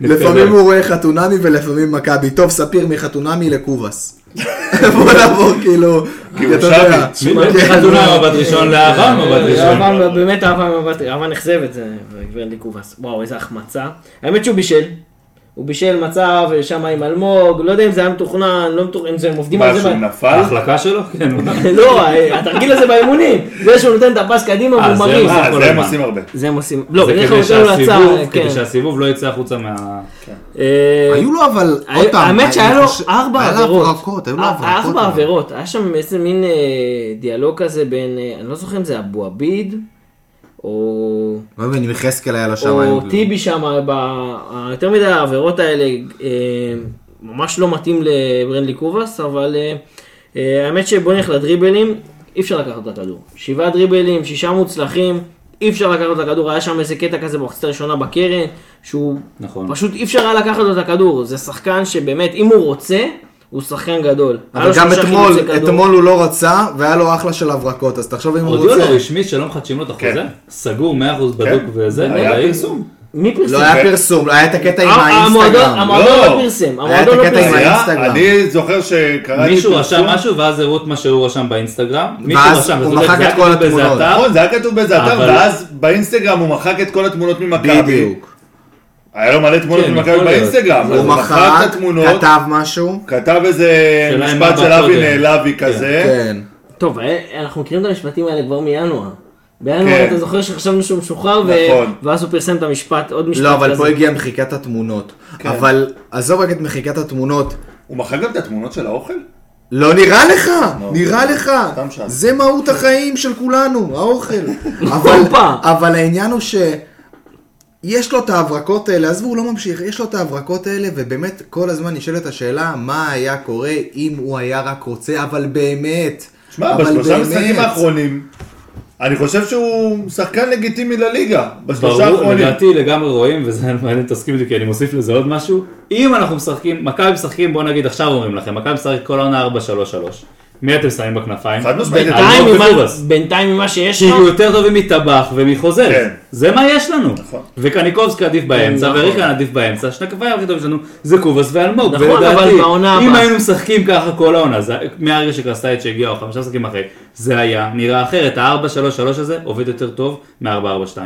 A: לפעמים הוא רואה חתונמי ולפעמים מכבי. טוב, ספיר מחתונמי לקובס. בוא נעבור כאילו,
F: כי הוא
A: אתה יודע.
F: שביט.
G: מי-
A: כן.
G: מי חתונה מבט ראשון לאהבה מבט ראשון.
E: כן. אהבה, באמת אהבה מבט, אהבה נכזבת, זה גברת ליקובס. וואו, איזה החמצה. האמת שהוא בישל. הוא בישל מצב שם עם אלמוג, לא יודע אם זה היה מתוכנן, לא מתוכנן, אם זה- הם עובדים על
F: מה,
E: זה.
F: שהוא
E: ב-
F: נפל?
G: ההחלקה שלו? כן.
E: לא, התרגיל הזה באימונים. זה שהוא נותן את הפס קדימה
G: אה,
E: והוא
G: זה
E: מרגיש.
G: מה?
F: אה,
G: כל
F: זה הם
G: הזמן.
F: עושים הרבה.
E: זה הם עושים. לא,
G: זה
E: בדרך כלל
G: כדי
E: הוא נותן לו הצעה.
G: שהסיבוב-
E: כן.
G: כדי שהסיבוב לא יצא החוצה מה...
E: אה,
A: היו לו אבל, עוד פעם,
E: האמת שהיה
A: אני
E: לו
A: חושב-
E: ארבע
A: היה לו
E: עבירות.
A: הברקות, היו לו
E: אה,
A: הברקות.
E: ארבע
A: אבל.
E: עבירות. היה שם איזה מין אה, דיאלוג כזה בין, אה, אני לא זוכר אם זה אבו עביד, או...
A: לא מבין, אם יחזקאל היה לו שם.
E: או
A: היו-
E: טיבי שם, ב- יותר מדי העבירות האלה אה, ממש לא מתאים לברנדלי קובאס, אבל אה, אה, האמת שבוא נלך לדריבלים, אי אפשר לקחת את הכדור. שבעה דריבלים, שישה מוצלחים, אי אפשר לקחת את הכדור, היה שם איזה קטע כזה במחצית הראשונה בקרן, שהוא
G: נכון.
E: פשוט אי אפשר היה לקחת לו את הכדור, זה שחקן שבאמת, אם הוא רוצה, הוא שחקן גדול. היה
A: אבל
E: לו
A: גם
E: שלושה
A: אתמול,
E: חילוצי כדור.
A: אתמול הוא לא רצה, והיה לו אחלה של הברקות, אז תחשוב אם הוא
G: הודיעו לו
A: רוצה.
G: רשמית שלא מחדשים לו את החוזה?
F: כן.
G: סגור 100% בדוק
F: כן.
G: וזה?
F: היה
G: ודאי.
F: פרסום.
E: מי פרסם?
A: לא היה פרסום, לא היה את הקטע עם
E: ה- אה, המועדון
A: האינסטגרם.
E: המועדון
F: לא.
E: לא פרסם,
A: היה את
E: המועדון לא
A: הקטע עם
E: פרסם.
A: האינסטגרם.
F: היה, אני זוכר שקראתי
G: מישהו רשם משהו ואז הראו את מה שהוא רשם באינסטגרם. מישהו
A: ואז
G: רשם,
A: הוא
G: אתה צודק,
A: מחק
G: זה
A: את כל
G: היה כתוב באיזה
A: התמונות.
G: אתר.
F: נכון, זה היה כתוב באיזה אתר,
G: אבל-
F: ואז באינסטגרם הוא מחק את כל התמונות ממכבי.
A: בדיוק.
F: היה לו מלא תמונות
G: כן,
F: ממכבי
G: יכול להיות.
F: באינסטגרם. אז
A: הוא מחק,
F: את התמונות,
A: כתב משהו,
F: כתב איזה
G: שאלה אם
F: משפט
G: אבא
F: של אבי
G: קודם.
F: נעלבי כזה.
A: כן.
E: טוב, אה, אנחנו מכירים את המשפטים האלה כבר מינואר. בינואר,
F: כן.
E: אתה זוכר שחשבנו שהוא משוחרר, ו-
F: נכון.
E: ואז הוא פרסם את המשפט, עוד משפט
A: לא, אבל
E: כזה.
A: פה הגיעה מחיקת התמונות. אבל עזוב רק את מחיקת התמונות.
F: הוא מחק גם את התמונות של האוכל?
A: לא נראה לך, נראה לך,
F: סתם שאלתי.
A: זה מהות החיים של כולנו, האוכל. אבל,
E: הופה.
A: אבל העניין הוא שיש לו את ההברקות האלה, עזבו, הוא לא ממשיך, יש לו את ההברקות האלה, ובאמת כל הזמן נשאלת השאלה, מה היה קורה אם הוא היה רק רוצה, אבל באמת.
F: שמע,
A: אבל
F: בשלושה
A: באמת.
F: המשחקים האחרונים, אני חושב שהוא שחקן לגיטימי לליגה. בשלושה
G: ברור,
F: האחרונים.
G: לדעתי לגמרי רואים, וזה מעניין, תסכים איתי, כי אני מוסיף לזה עוד משהו. אם אנחנו משחקים, מכבי משחקים, בוא נגיד עכשיו אומרים לכם, מכבי משחק כל העונה 4-3-3. מי אתם שמים בכנפיים?
F: חד משמעית.
G: אלמוג
E: בינתיים ממה-
G: וקובס.
E: בינתיים ממה שיש
G: כאילו
E: לו,
G: יותר טובים מטבח ומחוזר,
F: כן.
G: זה מה יש לנו.
F: נכון.
G: וקניקובסקי עדיף באמצע,
E: נכון.
G: וריקן עדיף באמצע, שני הכוויים הכי טובים שלנו זה קובס ואלמוג.
E: נכון,
G: ולדעתי,
E: אבל בעונה
G: אם
E: הבאה-
G: היינו משחקים ככה כל העונה, זה- מהרגע שקרסטייט שהגיע, או חמישה משחקים אחרי, זה היה נראה אחרת, ה-4-3-3 הזה עובד יותר טוב מ-4-4-2.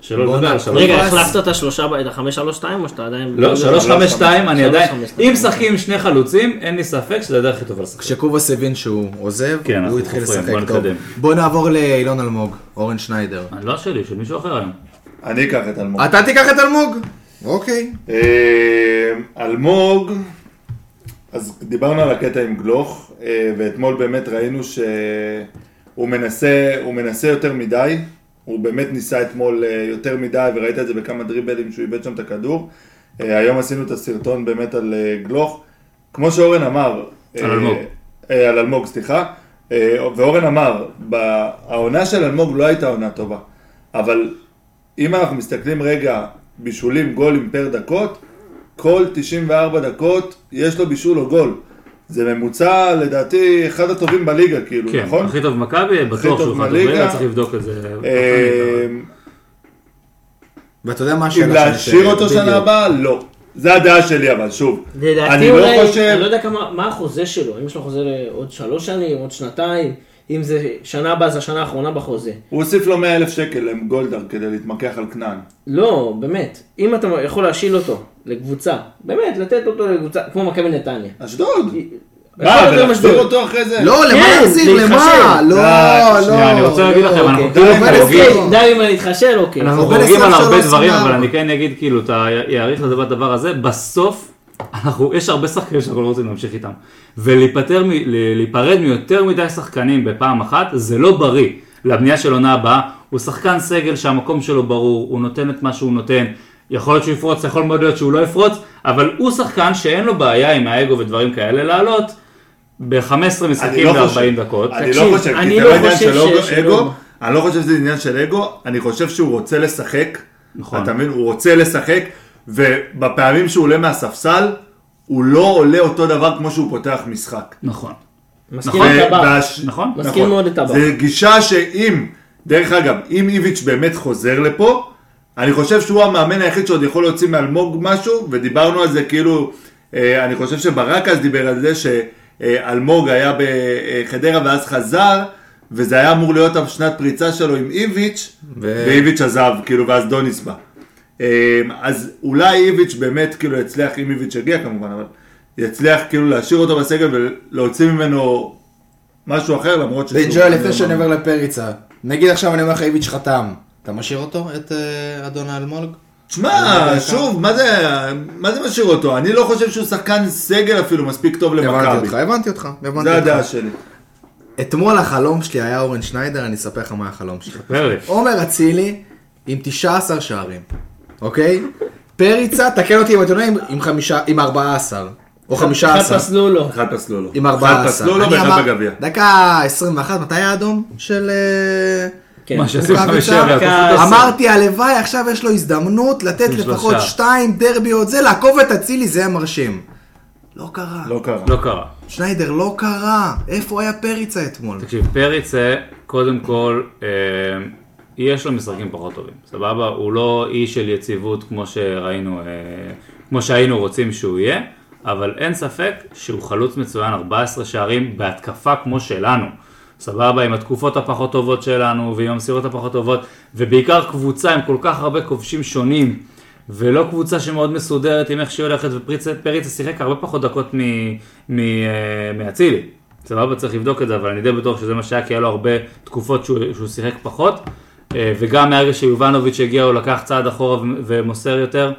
G: שלא
A: בואנה,
G: לדבר על שלוש-
E: רגע,
A: קובס.
E: החלפת את השלושה, ב- את החמש שלוש שתיים או שאתה עדיין...
G: לא, 3-5-2 אני
E: שלוש,
G: עדיין,
E: חמש, שתיים.
G: אם משחקים עם שני חלוצים, אין לי ספק שזה הדרך הכי טובה לשחק.
A: כשקובס הבין שהוא עוזב,
G: כן, אנחנו
A: הוא התחיל
G: חופרים,
A: לשחק
G: בוא
A: טוב.
G: נתקדם.
A: בוא נעבור לאילון אלמוג, אורן שניידר.
G: אני לא שלי, של מישהו אחר היום.
F: אני אקח את אלמוג.
A: אתה תיקח את אלמוג? אוקיי.
F: אה, אלמוג, אז דיברנו על הקטע עם גלוך, אה, ואתמול באמת ראינו שהוא מנסה, הוא מנסה יותר מדי, הוא באמת ניסה אתמול אה, יותר מדי, וראית את זה בכמה דריבלים שהוא איבד שם את הכדור. אה, היום עשינו את הסרטון באמת על אה, גלוך. כמו שאורן אמר, אה,
G: על אלמוג.
F: אה, על אלמוג, סליחה. אה, ואורן אמר, ב- העונה של אלמוג לא הייתה עונה טובה, אבל אם אנחנו מסתכלים רגע, בישולים, גולים פר דקות, כל 94 דקות יש לו בישול או גול. זה ממוצע, לדעתי, אחד הטובים בליגה, כאילו,
G: כן,
F: נכון?
G: הכי טוב במכבי, בטוח
F: טוב
G: שהוא אחד
F: בליגה.
G: טוב, צריך לבדוק את זה.
F: אה,
A: ואתה יודע מה השאלה
F: אם
A: שאני
F: להשאיר
A: שואל?
F: אותו שנה
A: בדיוק.
F: הבאה, לא. זה הדעה שלי, אבל שוב.
E: לדעתי
F: אני לא
E: אולי,
F: חושב-
E: אני לא יודע כמה, מה החוזה שלו, אם יש לו חוזה לעוד שלוש שנים, עוד שנתיים, אם זה שנה הבאה זה השנה האחרונה בחוזה.
F: הוא הוסיף לו 100 אלף שקל לגולדהר כדי להתמקח על כנען.
E: לא, באמת, אם אתה יכול להשיל אותו לקבוצה, באמת, לתת אותו לקבוצה, כמו מכבי נתניה.
F: אשדוד.
E: יכול
F: מה,
E: להיות גם
F: ולהחזיר
E: אשדוד.
F: אותו אחרי זה?
A: לא, למה
E: כן,
A: להחזיר? למה?
E: להתחשב.
A: לא,
F: די,
A: לא.
G: שנייה, אני רוצה להגיד
A: לא,
G: לכם,
A: אוקיי.
G: אנחנו
A: הוא
G: טרם
A: עובד
G: חוגגים.
A: אצלו.
E: אוקיי, די עם הלהתחשל, אוקיי.
G: אנחנו
A: בין
G: חורגים על
A: 23
G: הרבה דברים,
A: ל-24.
G: אבל אני כן אגיד, כאילו, אתה יעריך לזה בדבר הזה, בסוף, אנחנו, יש הרבה שחקנים שאנחנו לא רוצים להמשיך איתם. ולהיפטר, מ- ל- להיפרד מיותר מדי שחקנים בפעם אחת, זה לא בריא לבנייה של עונה הבאה. הוא שחקן סגל שהמקום שלו ברור, הוא נותן את מה שהוא נותן. יכול להיות שהוא יפרוץ, יכול מאוד להיות שהוא לא יפרוץ, אבל הוא שחקן שאין לו בעיה עם האגו ודברים כאלה לעלות ב-15
F: אני
G: משחקים
F: לא
G: ב-40
F: חושב.
G: דקות.
F: אני
E: תקשיב,
F: לא חושב,
E: אני
F: כי זה
E: לא
F: לא עניין
E: חושב
F: של אגו-
E: שיש
F: אגו,
E: לו-
F: אני לא חושב שזה עניין של אגו, אני חושב שהוא רוצה לשחק.
G: נכון.
F: אתה מבין? הוא רוצה לשחק, ובפעמים שהוא עולה מהספסל, הוא לא עולה אותו דבר כמו שהוא פותח משחק.
G: נכון.
E: מסכים
F: ו-
E: עם טבח.
F: והש-
G: נכון.
E: מסכים מאוד לטבח.
F: זה גישה שאם, דרך אגב, אם איביץ' באמת חוזר לפה, אני חושב שהוא המאמן היחיד שעוד יכול להוציא מאלמוג משהו, ודיברנו על זה כאילו, אה, אני חושב שברק אז דיבר על זה שאלמוג היה בחדרה ואז חזר, וזה היה אמור להיות השנת פריצה שלו עם איביץ',
A: ו-
F: ואיביץ' עזב, כאילו, ואז דוניס בא. אה, אז אולי איביץ' באמת כאילו יצליח, אם איביץ' יגיע כמובן, אבל יצליח כאילו להשאיר אותו בסגל ולהוציא ממנו משהו אחר למרות
A: תגיד, ג'ואל, לפני שאני עובר לפריצה, נגיד עכשיו אני אומר לך איביץ' חתם, אתה משאיר אותו, את אה, אדון האלמוג?
F: תשמע, שוב, מה זה, מה זה משאיר אותו? אני לא חושב שהוא שחקן סגל אפילו מספיק טוב
A: הבנתי
F: למכבי.
A: אותך, הבנתי אותך, הבנתי
F: זה הדעה
A: אותך.
F: שלי.
A: אתמול החלום שלי היה אורן שניידר, אני אספר לך מה החלום שלי.
G: פרק.
F: אוקיי,
A: עומר אצילי עם 19 שערים, אוקיי? פריצה, תקן אותי אם אתה יודע, עם- עם חמישה- עם 14, או 15.
E: אחד פסלו לו.
F: אחד פסלו לו.
A: עם 14.
F: אחד פסלו לו
A: אני
F: ואחד
A: אמר-
F: בגביע.
A: דקה 21, מתי האדום של... אה,
E: כן.
G: מה שעשו
A: מכבי
G: חמישה,
A: צעקה,
G: והכל טוב.
A: אמרתי הלוואי עכשיו יש לו הזדמנות לתת
G: שלושה.
A: לפחות שתיים דרביות זה לעקוב את אצילי זה היה מרשים. לא קרה.
F: לא קרה.
G: לא קרה.
A: שניידר לא קרה. איפה היה פריצה אתמול?
G: תקשיב, פריצה, קודם כל, אה, יש לו משחקים פחות טובים, סבבה? הוא לא אי של יציבות כמו שראינו, אה, כמו שהיינו רוצים שהוא יהיה, אבל אין ספק שהוא חלוץ מצוין, 14 שערים בהתקפה כמו שלנו. סבבה, עם התקופות הפחות טובות שלנו, ועם המסירות הפחות טובות, ובעיקר קבוצה עם כל כך הרבה כובשים שונים, ולא קבוצה שמאוד מסודרת עם איך שהיא הולכת, ופריצה שיחק הרבה פחות דקות מ- מ- אה, מאצילי. סבבה, צריך לבדוק את זה, אבל אני די בטוח שזה מה שהיה, כי היה לו הרבה תקופות שהוא, שהוא שיחק פחות, אה, וגם מהרגע שיובנוביץ' הגיע, הוא לקח צעד אחורה ו- ומוסר יותר.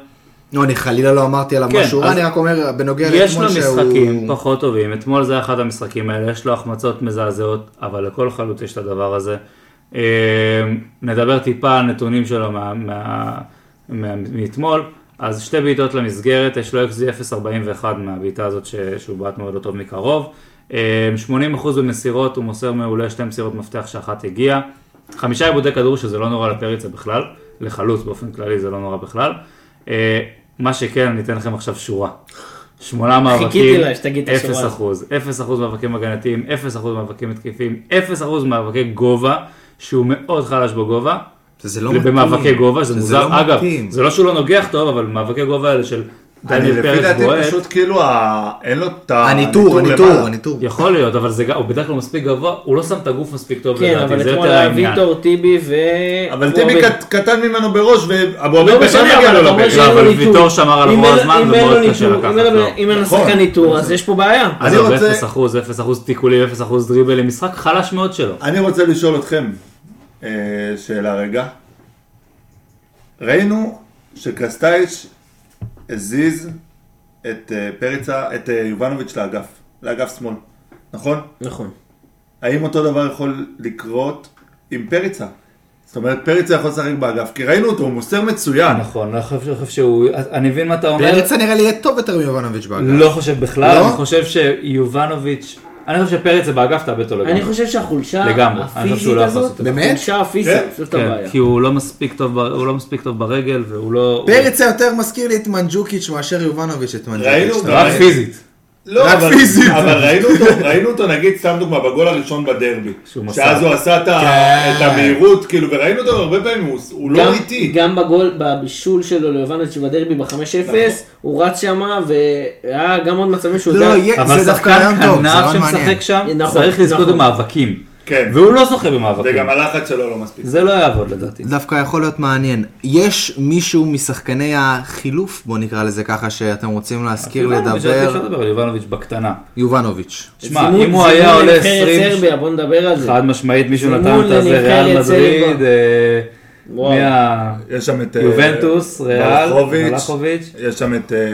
A: לא, אני חלילה לא אמרתי עליו
G: כן,
A: משהו רע,
G: אז-
A: אני רק אומר בנוגע
G: יש לו
A: לאתמול שהוא...
G: משחקים פחות טובים, אתמול זה היה אחד המשחקים האלה, יש לו החמצות מזעזעות, אבל לכל חלוץ יש את הדבר הזה. אה, נדבר טיפה על נתונים שלו מה- מה- מה- מאתמול, אז שתי בעיטות למסגרת, יש לו XG 0.41 מהבעיטה הזאת ש- שהוא בעט מאוד לא טוב מקרוב. אה, 80% במסירות, הוא מוסר מעולה, שתי מסירות מפתח שאחת הגיעה. חמישה עיבודי כדור שזה לא נורא לפריצה בכלל, לחלוץ באופן כללי זה לא נורא בכלל. אה, מה שכן, אני אתן לכם עכשיו שורה. שמונה
E: חיכיתי
G: מאבקים,
E: לה שתגיד את השורה
G: אפס
E: הזאת.
G: אחוז, אפס אחוז מאבקים הגנתיים, אפס אחוז מאבקים התקפיים, אפס אחוז מאבקי גובה, שהוא מאוד חלש בגובה,
A: זה לא מתאים.
G: במאבקי גובה, זה
A: זה
G: מוזר,
A: לא
G: אגב,
A: מתאים.
G: זה לא שהוא לא נוגח טוב, אבל מאבקי גובה האלה של
F: אני
G: דניאל
F: לפי
G: פרץ
F: דעתי
G: בועט,
F: פשוט כאילו, ה- אין לו את
A: הניטור, הניטור,
F: למעלה.
A: הניטור.
G: יכול להיות, אבל זה גם- הוא בדרך כלל מספיק גבוה, הוא לא שם את הגוף מספיק טוב,
E: כן,
G: לדעתי,
E: אבל
G: זה
E: אתמול
G: יותר
E: היה
G: לא העניין.
E: ויטור, טיבי ו...
F: אבל
E: אבו
F: טיבי
E: עביד.
F: קט- קטן ממנו בראש, ואבו
E: לא
F: עביד בכלל
E: משנה,
F: מגיע
E: אבל
F: לו
E: אתה אומר
F: לבית.
G: שאין
E: שאין
G: אבל
E: לו ניטור.
G: ויטור שמר על
E: אם
G: המון
E: אין-
G: הזמן,
E: אם
G: זה
E: אין לו
G: מאוד קשה
E: ניטור-
G: לקחת
E: אם אין לו-
G: לו.
E: אם אין
F: נכון.
E: לשחקן ניטור, אז יש פה בעיה.
F: אני
G: עזוב,
F: רוצה-
G: 0 אחוז, 0 אחוז תיקולים, 0 אחוז דריבל, למשחק חלש מאוד שלו.
F: אני רוצה לשאול אתכם אה, שאלה רגע. ראינו שקסטייץ' הזיז את אה, פריצה, את אה, יובנוביץ' לאגף, לאגף שמאל, נכון?
E: נכון.
F: האם אותו דבר יכול לקרות עם פריצה? זאת אומרת, פריצה יכול לשחק באגף, כי ראינו אותו, הוא מוסר מצוין.
G: נכון, אני חושב- חושב שהוא, אני מבין מה אתה אומר,
A: פרץ נראה לי יהיה טוב יותר מיובנוביץ' באגב.
G: לא חושב בכלל,
A: לא?
G: אני חושב שיובנוביץ', אני חושב שפרץ זה באגף תאבד אותו לגמרי.
E: אני חושב שהחולשה
G: לגמרי, אני חושב שהוא
E: הפיזית
G: לא יכול לעשות
E: הזאת,
G: את זה.
A: באמת?
E: החולשה הפיזית,
F: כן,
E: זאת
G: כן,
E: הבעיה.
G: כי הוא לא מספיק טוב, ב- הוא לא מספיק טוב ברגל, והוא לא...
A: פרץ יותר מזכיר לי את מנג'וקיץ' מאשר יובנוביץ' את מנג'וקיץ'.
F: ראינו
G: הוא-
A: אתה
G: רק
A: מבין?
G: פיזית.
F: לא,
A: רק
F: אבל,
A: פיזית.
F: אבל ראינו, אותו, ראינו אותו, נגיד, סתם דוגמה, בגול הראשון בדרבי.
G: שהוא מסר.
F: שאז הוא עשה את, ה,
A: כן.
F: את המהירות, כאילו, וראינו אותו הרבה פעמים, הוא, הוא לא
E: גם-
F: איטי.
E: גם בגול, בבישול שלו ליובנוביץ' בדרבי ב-5-0, הוא רץ שמה, והיה גם עוד מצבים שהוא
A: לא,
E: יודע...
A: יהיה-
G: אבל
A: זה דווקא
G: שחקן
A: רעיון טוב, זה
G: כנף
A: רעיון מעניין.
G: שמשחק שם,
E: נכון,
G: צריך לזכות
E: נכון.
G: במאבקים.
F: כן.
G: והוא לא זוכה במאבקים.
F: וגם הלחץ שלו לא מספיק.
G: זה לא יעבוד לדעתי.
A: דווקא יכול להיות מעניין. יש מישהו משחקני החילוף, בוא נקרא לזה ככה, שאתם רוצים להזכיר
G: יובנוביץ', רציתי
A: לדבר?
G: לדבר על יובנוביץ' בקטנה.
A: יובנוביץ'.
G: שמע,
E: זימון-
G: אם הוא היה
E: זימון
G: עולה
E: לנבחרת
G: 20,
E: סרביה, בוא נדבר על זה.
G: חד משמעית מישהו
E: זימון
G: נתן את זה,
E: לנבחרת
G: ריאל מדריד,
E: סרביה.
G: אה,
E: וואו.
G: מי ה...
F: יש שם את... אה,
G: יובנטוס, ריאל,
F: מלאכוביץ',
G: מלאכוביץ'.
F: יש שם את... אה, אה,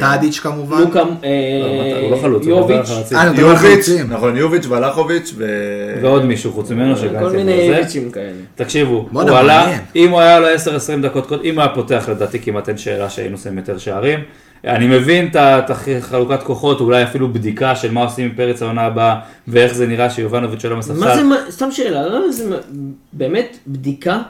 A: טאדיץ' כמובן.
E: כן. לוקה,
G: הוא לא חלוץ, הוא
E: אה, יוביץ',
G: עובר חלוצים.
A: אה, אני מדבר על
F: יוביץ',
A: חלוצים.
F: נכון, יוביץ' ולחוביץ' ו...
G: ועוד מישהו חוץ ממנו שגם
E: אה, כל
G: כן
E: מיני
G: זה.
E: יוביצ'ים כאלה.
G: תקשיבו, הוא
A: בואנה,
G: עלה,
A: מעניין.
G: אם הוא היה עולה 10-20 דקות קודם, אם הוא היה פותח לדעתי כמעט אין שאלה שהיינו עושים יותר שערים. אני מבין את ה- את החלוקת כוחות, אולי אפילו בדיקה של מה עושים עם פרץ העונה הבאה, ואיך זה נראה שיובנוביץ' עולה
E: מה זה,
G: מספסל.
E: מה- סתם שאלה, למה זה מה- באמת בדיקה?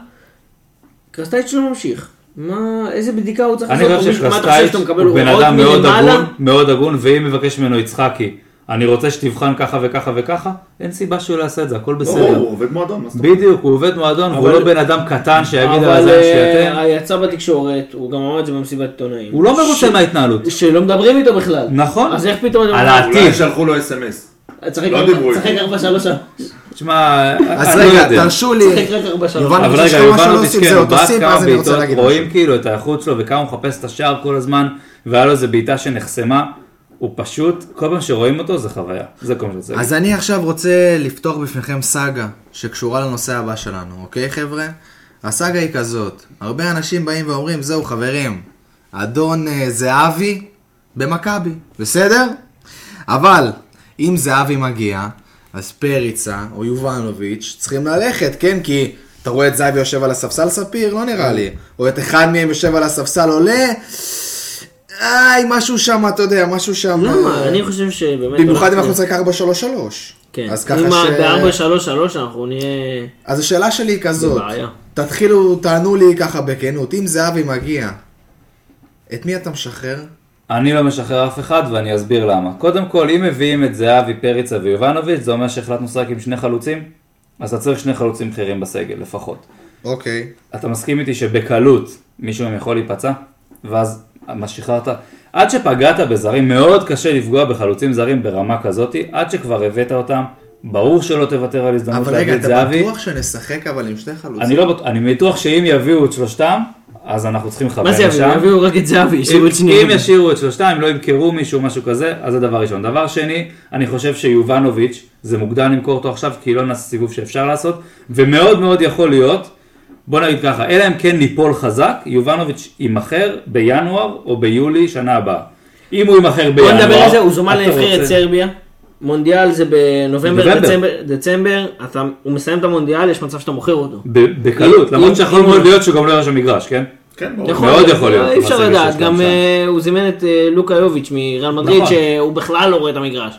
E: קרסטייץ' לא ממשיך. מה, איזה בדיקה הוא צריך
G: אני חושב
E: מה אתה חושב
G: שקרסטייץ'
E: שאתה מקבל
G: הוא בן אדם מאוד
E: מלמעלה?
G: הגון, מאוד הגון, ואם מבקש ממנו יצחקי, אני רוצה שתבחן ככה וככה וככה, אין סיבה שהוא לא יעשה את זה, הכל
F: לא,
G: בסדר.
F: הוא עובד מועדון, מה זאת אומרת?
G: בדיוק, הוא עובד מועדון, והוא
E: אבל-
G: לא בן אדם קטן שיגיד על
E: אבל
G: הזין
E: אה,
G: שיתן.
E: יצא בתקשורת, הוא גם אמר את זה במסיבת עיתונאים.
G: הוא לא מרוצה
E: ש-
G: מההתנהלות.
E: שלא מדברים איתו בכלל.
G: נכון.
E: אז איך פתאום...
G: על העתיד.
F: אולי שלחו לו אס.אם.אס.
E: צחק
F: לא
E: ארבע-
F: דיברו
E: צחק
F: איתו.
E: 4 3
G: תשמע,
A: אז
G: אני לא
A: רגע,
G: יודע.
A: תרשו לי.
E: צחק רק 4 3
A: יובנוביץ',
G: אבל
A: יש
G: רגע,
A: לך משהו
G: יובנוביץ'
A: להוסיף,
G: כן,
A: זה
G: הוא
A: אותו
G: בעט
A: סיפ,
G: כמה
A: אז אני רוצה
G: בעיטות,
A: להגיד משהו.
G: רואים כאילו את האיכות שלו וכמה הוא מחפש את השער כל הזמן, והיה לו איזה בעיטה שנחסמה, הוא פשוט, כל פעם שרואים אותו זה חוויה, זה כל מה שאני רוצה להגיד.
A: אז אני עכשיו רוצה לפתוח בפניכם סאגה שקשורה לנושא הבא שלנו, אוקיי חבר'ה? הסאגה היא כזאת, הרבה אנשים באים ואומרים, זהו חברים, אדון אה, זהבי במכבי, בסדר? אבל אם זהבי מגיע, אז פריצה או יובנוביץ' צריכים ללכת, כן? כי אתה רואה את זהבי יושב על הספסל ספיר? לא נראה לי. או את אחד מהם יושב על הספסל עולה? איי, משהו שם, אתה יודע, משהו שם...
E: למה?
A: אה,
E: אני חושב שבאמת...
A: במיוחד אם אנחנו
E: הולך-
A: נשחק 433.
E: כן.
A: אז ככה
E: אם
A: ש...
E: ב-4 3 3 אנחנו נהיה...
A: אז השאלה שלי היא כזאת,
E: זה בעיה.
A: תתחילו, תענו לי ככה בכנות, אם זהבי מגיע, את מי אתה משחרר?
G: אני לא משחרר אף אחד ואני אסביר למה. קודם כל, אם מביאים את זהבי, פריצה ויובנוביץ', זה אומר שהחלטנו לשחק עם שני חלוצים, אז אתה צריך שני חלוצים בכירים בסגל לפחות.
A: אוקיי.
G: אתה מסכים איתי שבקלות מישהו מהם יכול להיפצע? ואז מה שחררת? עד שפגעת בזרים, מאוד קשה לפגוע בחלוצים זרים ברמה כזאת, עד שכבר הבאת אותם, ברור שלא תוותר על הזדמנות
A: אבל רגע,
G: להביא את
A: אתה
G: זהבי.
A: בטוח שנשחק אבל עם שני חלוצים?
G: אני לא בטוח, אני בטוח שאם יביאו את שלושתם, אז אנחנו צריכים לכוון
E: מה זה
G: לשם.
E: יביאו? יביאו רק את זהבי,
G: אם
E: שיהיו את שניהם.
G: אם ישאירו את שלושתם, לא ימכרו מישהו, משהו כזה, אז זה דבר ראשון. דבר שני, אני חושב שיובנוביץ', זה מוקדם למכור אותו עכשיו, כי לא נעשה סיבוב שאפשר לעשות, ומאוד מאוד יכול להיות, בוא נגיד ככה, אלא אם כן ניפול חזק, יובנוביץ' יימכר בינואר או ביולי שנה הבאה. אם הוא יימכר בינואר,
E: בוא נדבר על זה, הוא זומן
G: לא- אתה
E: לנבחרת
G: רוצה-
E: סרביה. מונדיאל זה בנובמבר,
G: בנובמבר.
E: דצמבר, דצמבר, אתה, הוא מסיים את המונדיאל, יש מצב שאתה מוכר אותו.
G: ב- בקלות,
E: אם- אם-
G: למרות שיכול
E: אם-
G: מאוד להיות שהוא גם לא יראה שם מגרש, כן?
F: כן, ברור.
G: יכול מאוד יכול להיות.
E: אי אפשר
G: בסגל
E: לדעת,
G: שיש להם
E: גם
G: שם.
E: אה, הוא זימן את אה, לוקה יוביץ' מריאל מדריד,
G: נכון.
E: שהוא בכלל לא רואה את המגרש.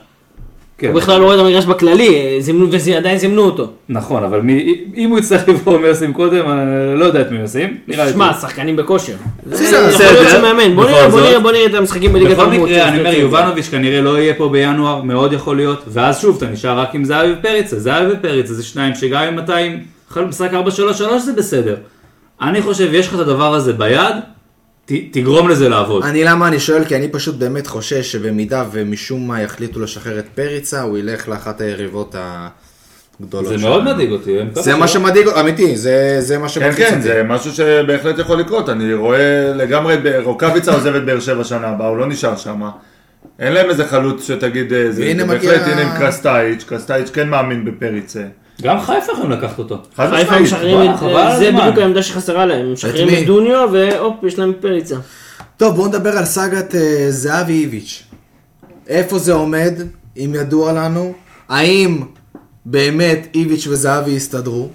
G: כן.
E: הוא בכלל לא רואה את המגרש בכללי, אה, זימנו, ועדיין זימנו אותו.
G: נכון, אבל מי, אם הוא יצטרך לבחור מי ישים קודם, אני לא יודע את מי ישים. נראה לי.
E: שמע, שחקנים בכושר. זה
G: בסדר,
E: יכול להיות
G: בסדר.
E: שמאמן, בוא
G: בכל
E: נראה, בוא
G: זאת.
E: נראה, בוא נראה את המשחקים בליגת אה,
G: בכל
E: העולמות,
G: מקרה, אני אומר,
E: שזה-
G: יובנוביץ' כנראה לא יהיה פה בינואר, מאוד יכול להיות, ואז שוב, אתה נשאר רק עם זהבי ופריצה, זהבי ופריצה זה שניים שגם אם אתה עם חל- משחק 4-3-3 זה בסדר. אני חושב, יש לך את הדבר הזה ביד, ת- תגרום לזה לעבוד.
A: אני למה אני שואל? כי אני פשוט באמת חושש שבמידה ומשום מה יחליטו לשחרר את פריצה, הוא ילך לאחת היריבות הגדולות.
G: זה
A: שלנו.
G: מאוד מדאיג אותי. אין ככה,
A: לא זה
G: לא?
A: מה שמדאיג, אמיתי, זה זה מה
F: כן,
A: שמדאיג.
F: כן, זה משהו שבהחלט יכול לקרות, אני רואה לגמרי, ב- רוקאביצה עוזב את באר שבע שנה הבאה, הוא לא נשאר שם. אין להם איזה חלוץ שתגיד, אה, זה
A: והנה
F: זה
A: מגיע-
F: בהחלט, הנה עם קרסטייץ', קרסטייץ' כן מאמין בפריצה.
G: גם חיפה יכולים לקחת אותו.
F: חד
E: חיפה
F: משמעית.
E: משחררים את...
G: לא חבל על
E: זה
G: הזמן.
E: בדיוק העמדה שחסרה להם, הם משחררים
A: מי?
E: את דוניו והופ, יש להם פריצה.
A: טוב, בואו נדבר על סאגת אה, זהבי איביץ'. איפה זה עומד, אם ידוע לנו? האם באמת איביץ' וזהבי יסתדרו?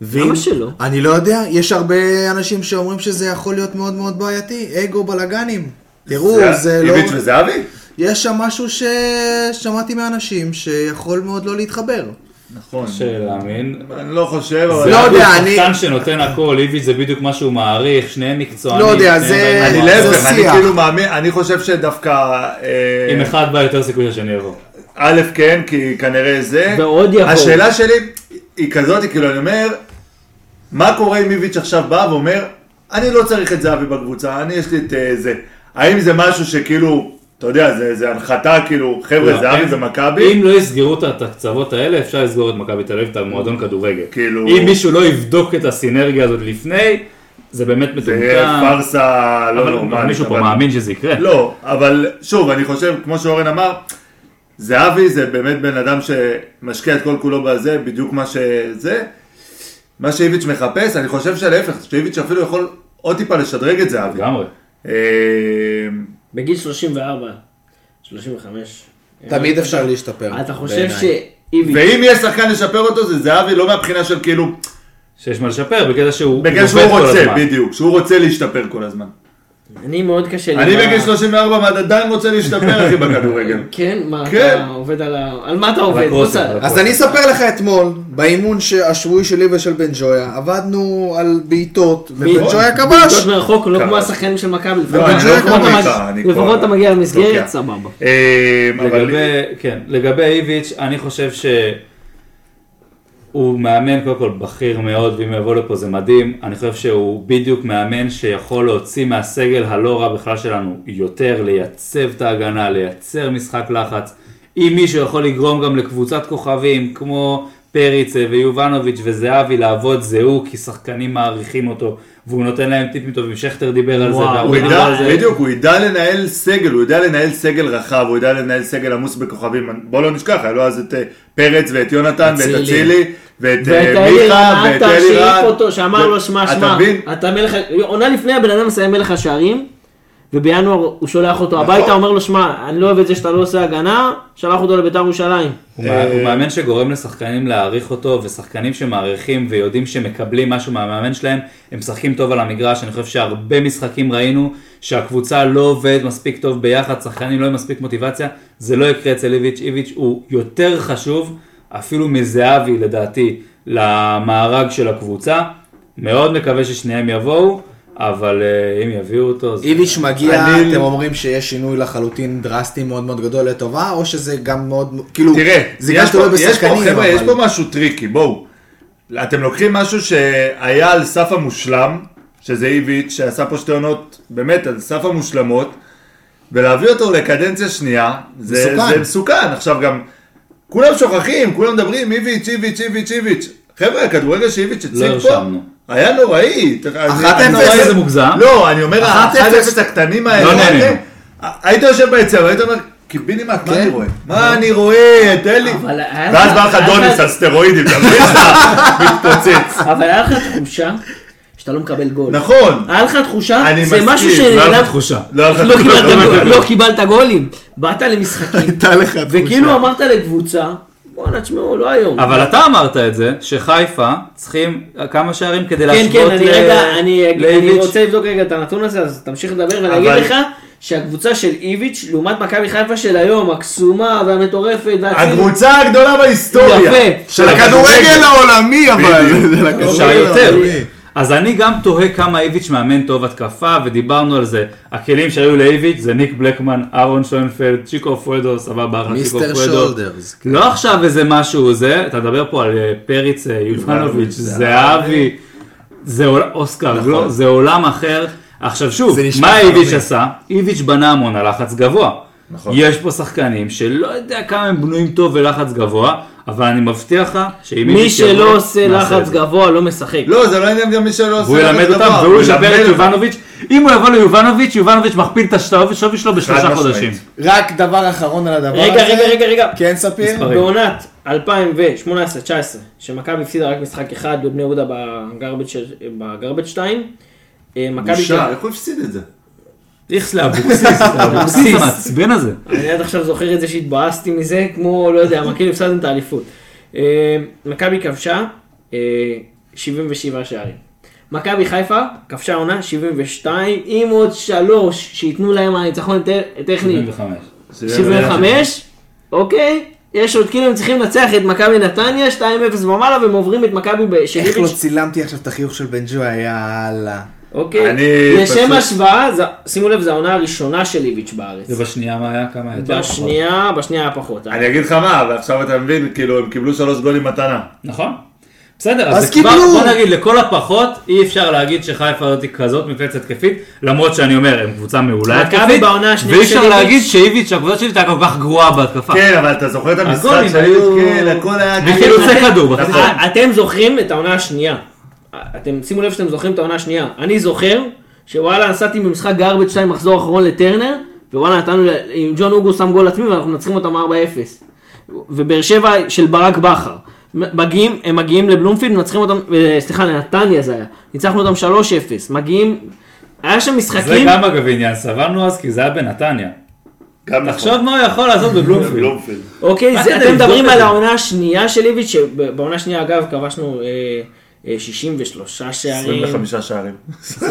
A: ואם-
E: למה שלא?
A: אני לא יודע, יש הרבה אנשים שאומרים שזה יכול להיות מאוד מאוד בעייתי, אגו בלאגנים. תראו, זה, לא...
F: איביץ' וזהבי?
A: יש שם משהו ששמעתי מאנשים שיכול מאוד לא להתחבר.
E: אה,
F: נכון.
G: קשה להאמין.
F: אני לא חושב, אבל...
A: לא יודע,
G: הוא
A: אני-
G: שחקן שנותן הכל, איביץ' זה בדיוק מה שהוא מעריך, שניהם מקצוענים.
A: לא יודע,
G: שניהם
A: זה-
G: באים
F: אני
G: מהמערכת.
A: זה
F: להפך, אני
A: שיח.
F: כאילו מאמין, אני חושב שדווקא... אה,
G: אם אחד בא יותר סיכוי שהשני יבוא.
F: א', כן, כי כנראה זה.
E: ועוד יבואו.
F: השאלה שלי היא כזאת, היא כאילו, אני אומר, מה קורה אם איביץ' עכשיו בא ואומר, אני לא צריך את זהבי בקבוצה, אני יש לי את אה, זה. האם זה משהו שכאילו, אתה יודע, זה, זה הנחתה, כאילו, חבר'ה,
G: לא,
F: זהבי
G: אין-
F: ומכבי?
G: אם לא יסגרו את- את הקצוות האלה, אפשר לסגור את מכבי תל אביב, את המועדון כדורגל.
F: כאילו-
G: אם מישהו לא יבדוק את הסינרגיה הזאת לפני, זה באמת
F: זה
G: מטומטם.
F: פארסה לא
G: אבל
F: נורמלית.
G: מישהו פה
F: אבל-
G: מאמין שזה יקרה.
F: לא, אבל שוב, אני חושב, כמו שאורן אמר, זהבי זה באמת בן אדם שמשקיע את כל כולו בזה, בדיוק מה שזה. מה שאיביץ' מחפש, אני חושב שלהפך, שאיביץ' אפילו יכול עוד טיפה לשדרג את זהבי. אמ,
G: לגמרי.
F: אה,
E: בגיל 34, 35.
A: תמיד אפשר להשתפר.
E: אתה חושב
A: בעיניי.
E: שאיביץ'
F: ואם יהיה שחקן לשפר אותו, זה זהבי לא מהבחינה של כאילו,
G: שיש מה לשפר, בגלל שהוא
F: בגלל
G: עובד
F: שהוא
G: כל
F: רוצה,
G: הזמן.
F: בדיוק, שהוא רוצה להשתפר כל הזמן.
E: אני מאוד קשה לי.
F: אני
E: עם ה-
F: בגיל 34 ועד עדיין רוצה להשתפר, אחי, בכדורגל.
E: כן? מה,
F: כן.
E: אתה עובד על ה... על מה אתה עובד?
G: הקרוסים,
E: בוא
G: על
E: ת-
A: אז אני אספר לך אתמול, באימון ש- השבועי שלי ושל בן ג'ויה, עבדנו על בעיטות, ובן ג'ויה
E: בעיטות
A: כבש.
E: מרחוק, לא
F: כבש.
E: כמו השחקנים של מכבי. לפעמים
F: לא, אני
E: אתה-
F: לא
E: לפחות
F: כמו
E: אתה
F: מיכה,
E: מג-
F: אני כבר-
E: לפחות אתה מגיע למסגרת,
F: לוקח.
E: סבבה.
F: אה, אבל
G: לגבי, כן, לגבי איביץ', אני חושב שהוא מאמן קודם כל בכיר מאוד, ואם הוא יבוא לפה זה מדהים. אני חושב שהוא בדיוק מאמן שיכול להוציא מהסגל הלא רע בכלל שלנו יותר, לייצב את ההגנה, לייצר משחק לחץ. אם מישהו יכול לגרום גם לקבוצת כוכבים כמו פריצה ויובנוביץ' וזהבי לעבוד זה הוא, כי שחקנים מעריכים אותו, והוא נותן להם טיפים טובים. שכטר דיבר על זה,
E: וואו,
G: והרבה
F: הוא
G: דיבר על
F: ידע,
G: זה.
F: בדיוק, הוא ידע לנהל סגל, הוא יודע לנהל סגל רחב, הוא יודע לנהל סגל עמוס בכוכבים. בוא לא נשכח, היה לו אז את אה, פרץ ואת יונתן ואת
E: אצילי.
F: אצילי ואת אה,
E: ואת
F: מיכה
E: אלירן
F: ואת
E: עטר שהעיף
F: אלירן.
E: אותו, שאמר
F: ו-
E: לו, שמע,
F: אתה
E: שמע,
F: מבין?
E: אתה מלך, ה- עונה לפני הבן אדם מסיים מלך השערים, ובינואר הוא שולח אותו הביתה, אומר לו, שמע, אני לא אוהב את זה שאתה לא עושה הגנה, שלח אותו לביתר ירושלים.
G: הוא מא- הוא מאמן שגורם לשחקנים להעריך אותו, ושחקנים שמעריכים ויודעים שמקבלים משהו מהמאמן שלהם, הם משחקים טוב על המגרש, אני חושב שהרבה משחקים ראינו שהקבוצה לא עובדת מספיק טוב ביחד, שחקנים לא עם מספיק מוטיבציה, זה לא יקרה אצל איביץ', איביץ' הוא יותר חשוב, אפילו מזהבי לדעתי, למארג של הקבוצה, מאוד מקווה ששניהם יבואו, אבל אה, אם יביאו אותו, זה...
A: איביץ' מגיע,
F: אני-
A: אתם אומרים שיש שינוי לחלוטין דרסטי מאוד מאוד גדול לטובה, או שזה גם מאוד, כאילו,
F: תראה,
A: זה גם
F: יש פה-
A: תלוי
F: יש פה,
A: בשחקנים,
F: חבר'ה, יש פה
A: אבל
F: משהו טריקי, בואו. אתם לוקחים משהו שהיה על סף המושלם, שזה איביץ', שעשה פה שתי עונות, באמת, על סף המושלמות, ולהביא אותו לקדנציה שנייה, זה
A: מסוכן.
F: זה מסוכן. עכשיו גם, כולם שוכחים, כולם מדברים, איביץ', איביץ', איביץ', איביץ'. חבר'ה, הכדורגל שאיביץ' הציג
G: לא
F: פה,
G: הרשמנו.
F: היה נוראי.
A: אחת
F: אני-
A: אפס.
G: נוראי זה מוגזם.
F: לא, אני אומר,
A: אחת אפס.
F: ה-1-0 הקטנים האלה,
G: לא נהנינו.
F: אחי, היית יושב ביציאה, והיית אומר, קיבינימט, מה אני רואה? מה אני רואה? תן לי.
E: כן. לא. אבל היה
F: ואז
E: לך-
F: בא לך
E: היה
F: דוניס
E: לך-
F: על סטרואידים, אתה מבין? אתה מתפוצץ.
E: אבל היה לך תחושה שאתה לא מקבל גול.
F: נכון.
E: היה לך תחושה,
F: אני
E: זה
F: מסכים,
E: משהו
F: לא
G: לא היה
E: שנעלם,
G: לך תחושה.
F: לא היה לך
E: לא
F: תחושה,
E: קיבלת
F: לא היה לך
E: גול-
F: תחושה.
E: לא קיבלת גולים, באת למשחקים,
A: הייתה לך תחושה.
E: וכאילו אמרת לקבוצה, בואנה תשמעו, לא היום.
G: אבל אתה אמרת את זה, שחיפה צריכים כמה שערים כדי
E: כן,
G: להשוות
E: כן, אני
G: ל-
E: רגע, אני, אני
G: לאיביץ'.
E: רוצה לבדוק רגע את הנתון הזה, אז תמשיך לדבר ואני אגיד
F: אבל-
E: לך שהקבוצה של איביץ' לעומת מכבי חיפה של היום, הקסומה והמטורפת והצינית,
F: הקבוצה הגדולה בהיסטוריה.
E: יפה.
A: של הכדורגל העולמי לא, אבל. של הכדורגל
F: לא, אוקיי,
G: אפשר יותר.
A: העולמי.
G: אז אני גם תוהה כמה איביץ' מאמן טוב התקפה, ודיברנו על זה. הכלים שהיו לאיביץ' זה ניק בלקמן, אהרון שוינפלד, צ'יקו פואדו, סבבה, אחלה צ'יקו
A: מיסטר
G: פואדו.
A: שולדרס.
G: לא עכשיו איזה משהו זה, אתה מדבר פה על אה, פריץ אה, יובנוביץ', זהבי, זה עול- אוסקר, גלו- זה עולם אחר. עכשיו שוב,
A: זה נשמע
G: מה איביץ'
A: חלומי.
G: עשה? איביץ' בנה המון על לחץ גבוה. יש פה שחקנים שלא יודע כמה הם בנויים טוב ולחץ גבוה, אבל אני מבטיח לך שאם
E: מי
G: איביץ' יבוא,
E: שלא עושה
G: נעשה את
E: לחץ
G: זה.
E: גבוה לא משחק.
F: לא, זה לא עניין גם מי שלא עושה
G: והוא ילמד
F: כזה
G: אותם,
F: דבר.
G: והוא
F: הוא
G: ישפר
F: ילמד
G: את
F: אותם.
G: יובנוביץ'. אם הוא יבוא ליובנוביץ', יובנוביץ' מכפיל את השווי שלו בשלושה
F: משמעית.
G: חודשים.
H: רק דבר אחרון על הדבר הזה.
E: רגע, רגע, רגע, רגע.
H: כן, ספיר?
G: מספרים.
E: בעונת 2018-2019, שמכבי הפסידה רק משחק אחד בבני יהודה בגרבג' של- בגרבג' 2, אה, מכבי...
F: בושה, איך הוא הפסיד את זה?
G: איכס לאבוקסיס, לאבוקסיס המעצבן הזה.
E: אני עד עכשיו זוכר את זה שהתבאסתי מזה, כמו, לא יודע, מה, כאילו הפסדתם את האליפות. אה, מכבי כבשה אה, 77 שערים. מכבי חיפה כבשה עונה 72, עם עוד שלוש שייתנו להם הניצחון הטכ- הטכני. 75, אוקיי, יש עוד כאילו הם צריכים לנצח את מכבי נתניה 2-0 ומעלה והם עוברים את מכבי ב- של
H: איך לא
E: איביץ',
H: צילמתי עכשיו את החיוך של בן ג'וי, יאללה.
E: אוקיי,
F: אני
E: לשם
F: פשוט-
E: השוואה, זה- שימו לב, זו העונה הראשונה של איביץ' בארץ,
G: ובשנייה מה היה? כמה היה? יותר?
E: בשנייה, בשנייה היה פחות,
F: אני אגיד לך מה, ועכשיו אתה מבין, כאילו, הם קיבלו שלוש גולים מתנה.
G: נכון. בסדר, אז
H: אז
G: זה כבר,
H: קיבלו.
G: בוא נגיד, לכל הפחות, אי אפשר להגיד שחיפה הזאת היא כזאת מפלצת התקפית, למרות שאני אומר, הם קבוצה מעולה
E: מכבי
G: התקפית,
E: בעונה השנייה
G: ואי
E: של
G: אפשר
E: איביץ'.
G: להגיד שאיביץ', הקבוצה שלי הייתה כל כך גרועה בהתקפה.
F: כן, אבל אתה זוכר את המשחק
G: הגולים
F: שהיו,
G: היו-
F: כן, הכל היה...
G: וחילוצי כדור.
F: נכון.
G: בחצי.
E: אה, אתם זוכרים את העונה השנייה. אתם שימו לב שאתם זוכרים את העונה השנייה. אני זוכר שוואלה נסעתי במשחק גרבג' 2 מחזור אחרון לטרנר, ווואלה נתנו, ל- עם ג'ון אוגו שם גול עצמי ואנחנו מנצחים אותם 4-0. ובאר שבע של ברק בכר. מגיעים, הם מגיעים לבלומפילד, מנצחים אותם, אה, סליחה, לנתניה זה היה. ניצחנו אותם 3-0. מגיעים, היה שם
G: זה
E: משחקים,
G: גם אגב עניין, סבלנו אז כי זה היה בנתניה.
F: גם נכון.
G: תחשוב מה הוא יכול לעשות בבלומפילד.
F: בלומפילד.
E: אוקיי,
G: מה
E: זה-
G: כדי
E: אתם
G: לבדוק
E: מדברים
G: את
E: על
G: זה?
E: העונה השנייה של איביץ', שבעונה השנייה אגב כבשנו אה, אה, 63 שערים.
F: 25 שערים. אתה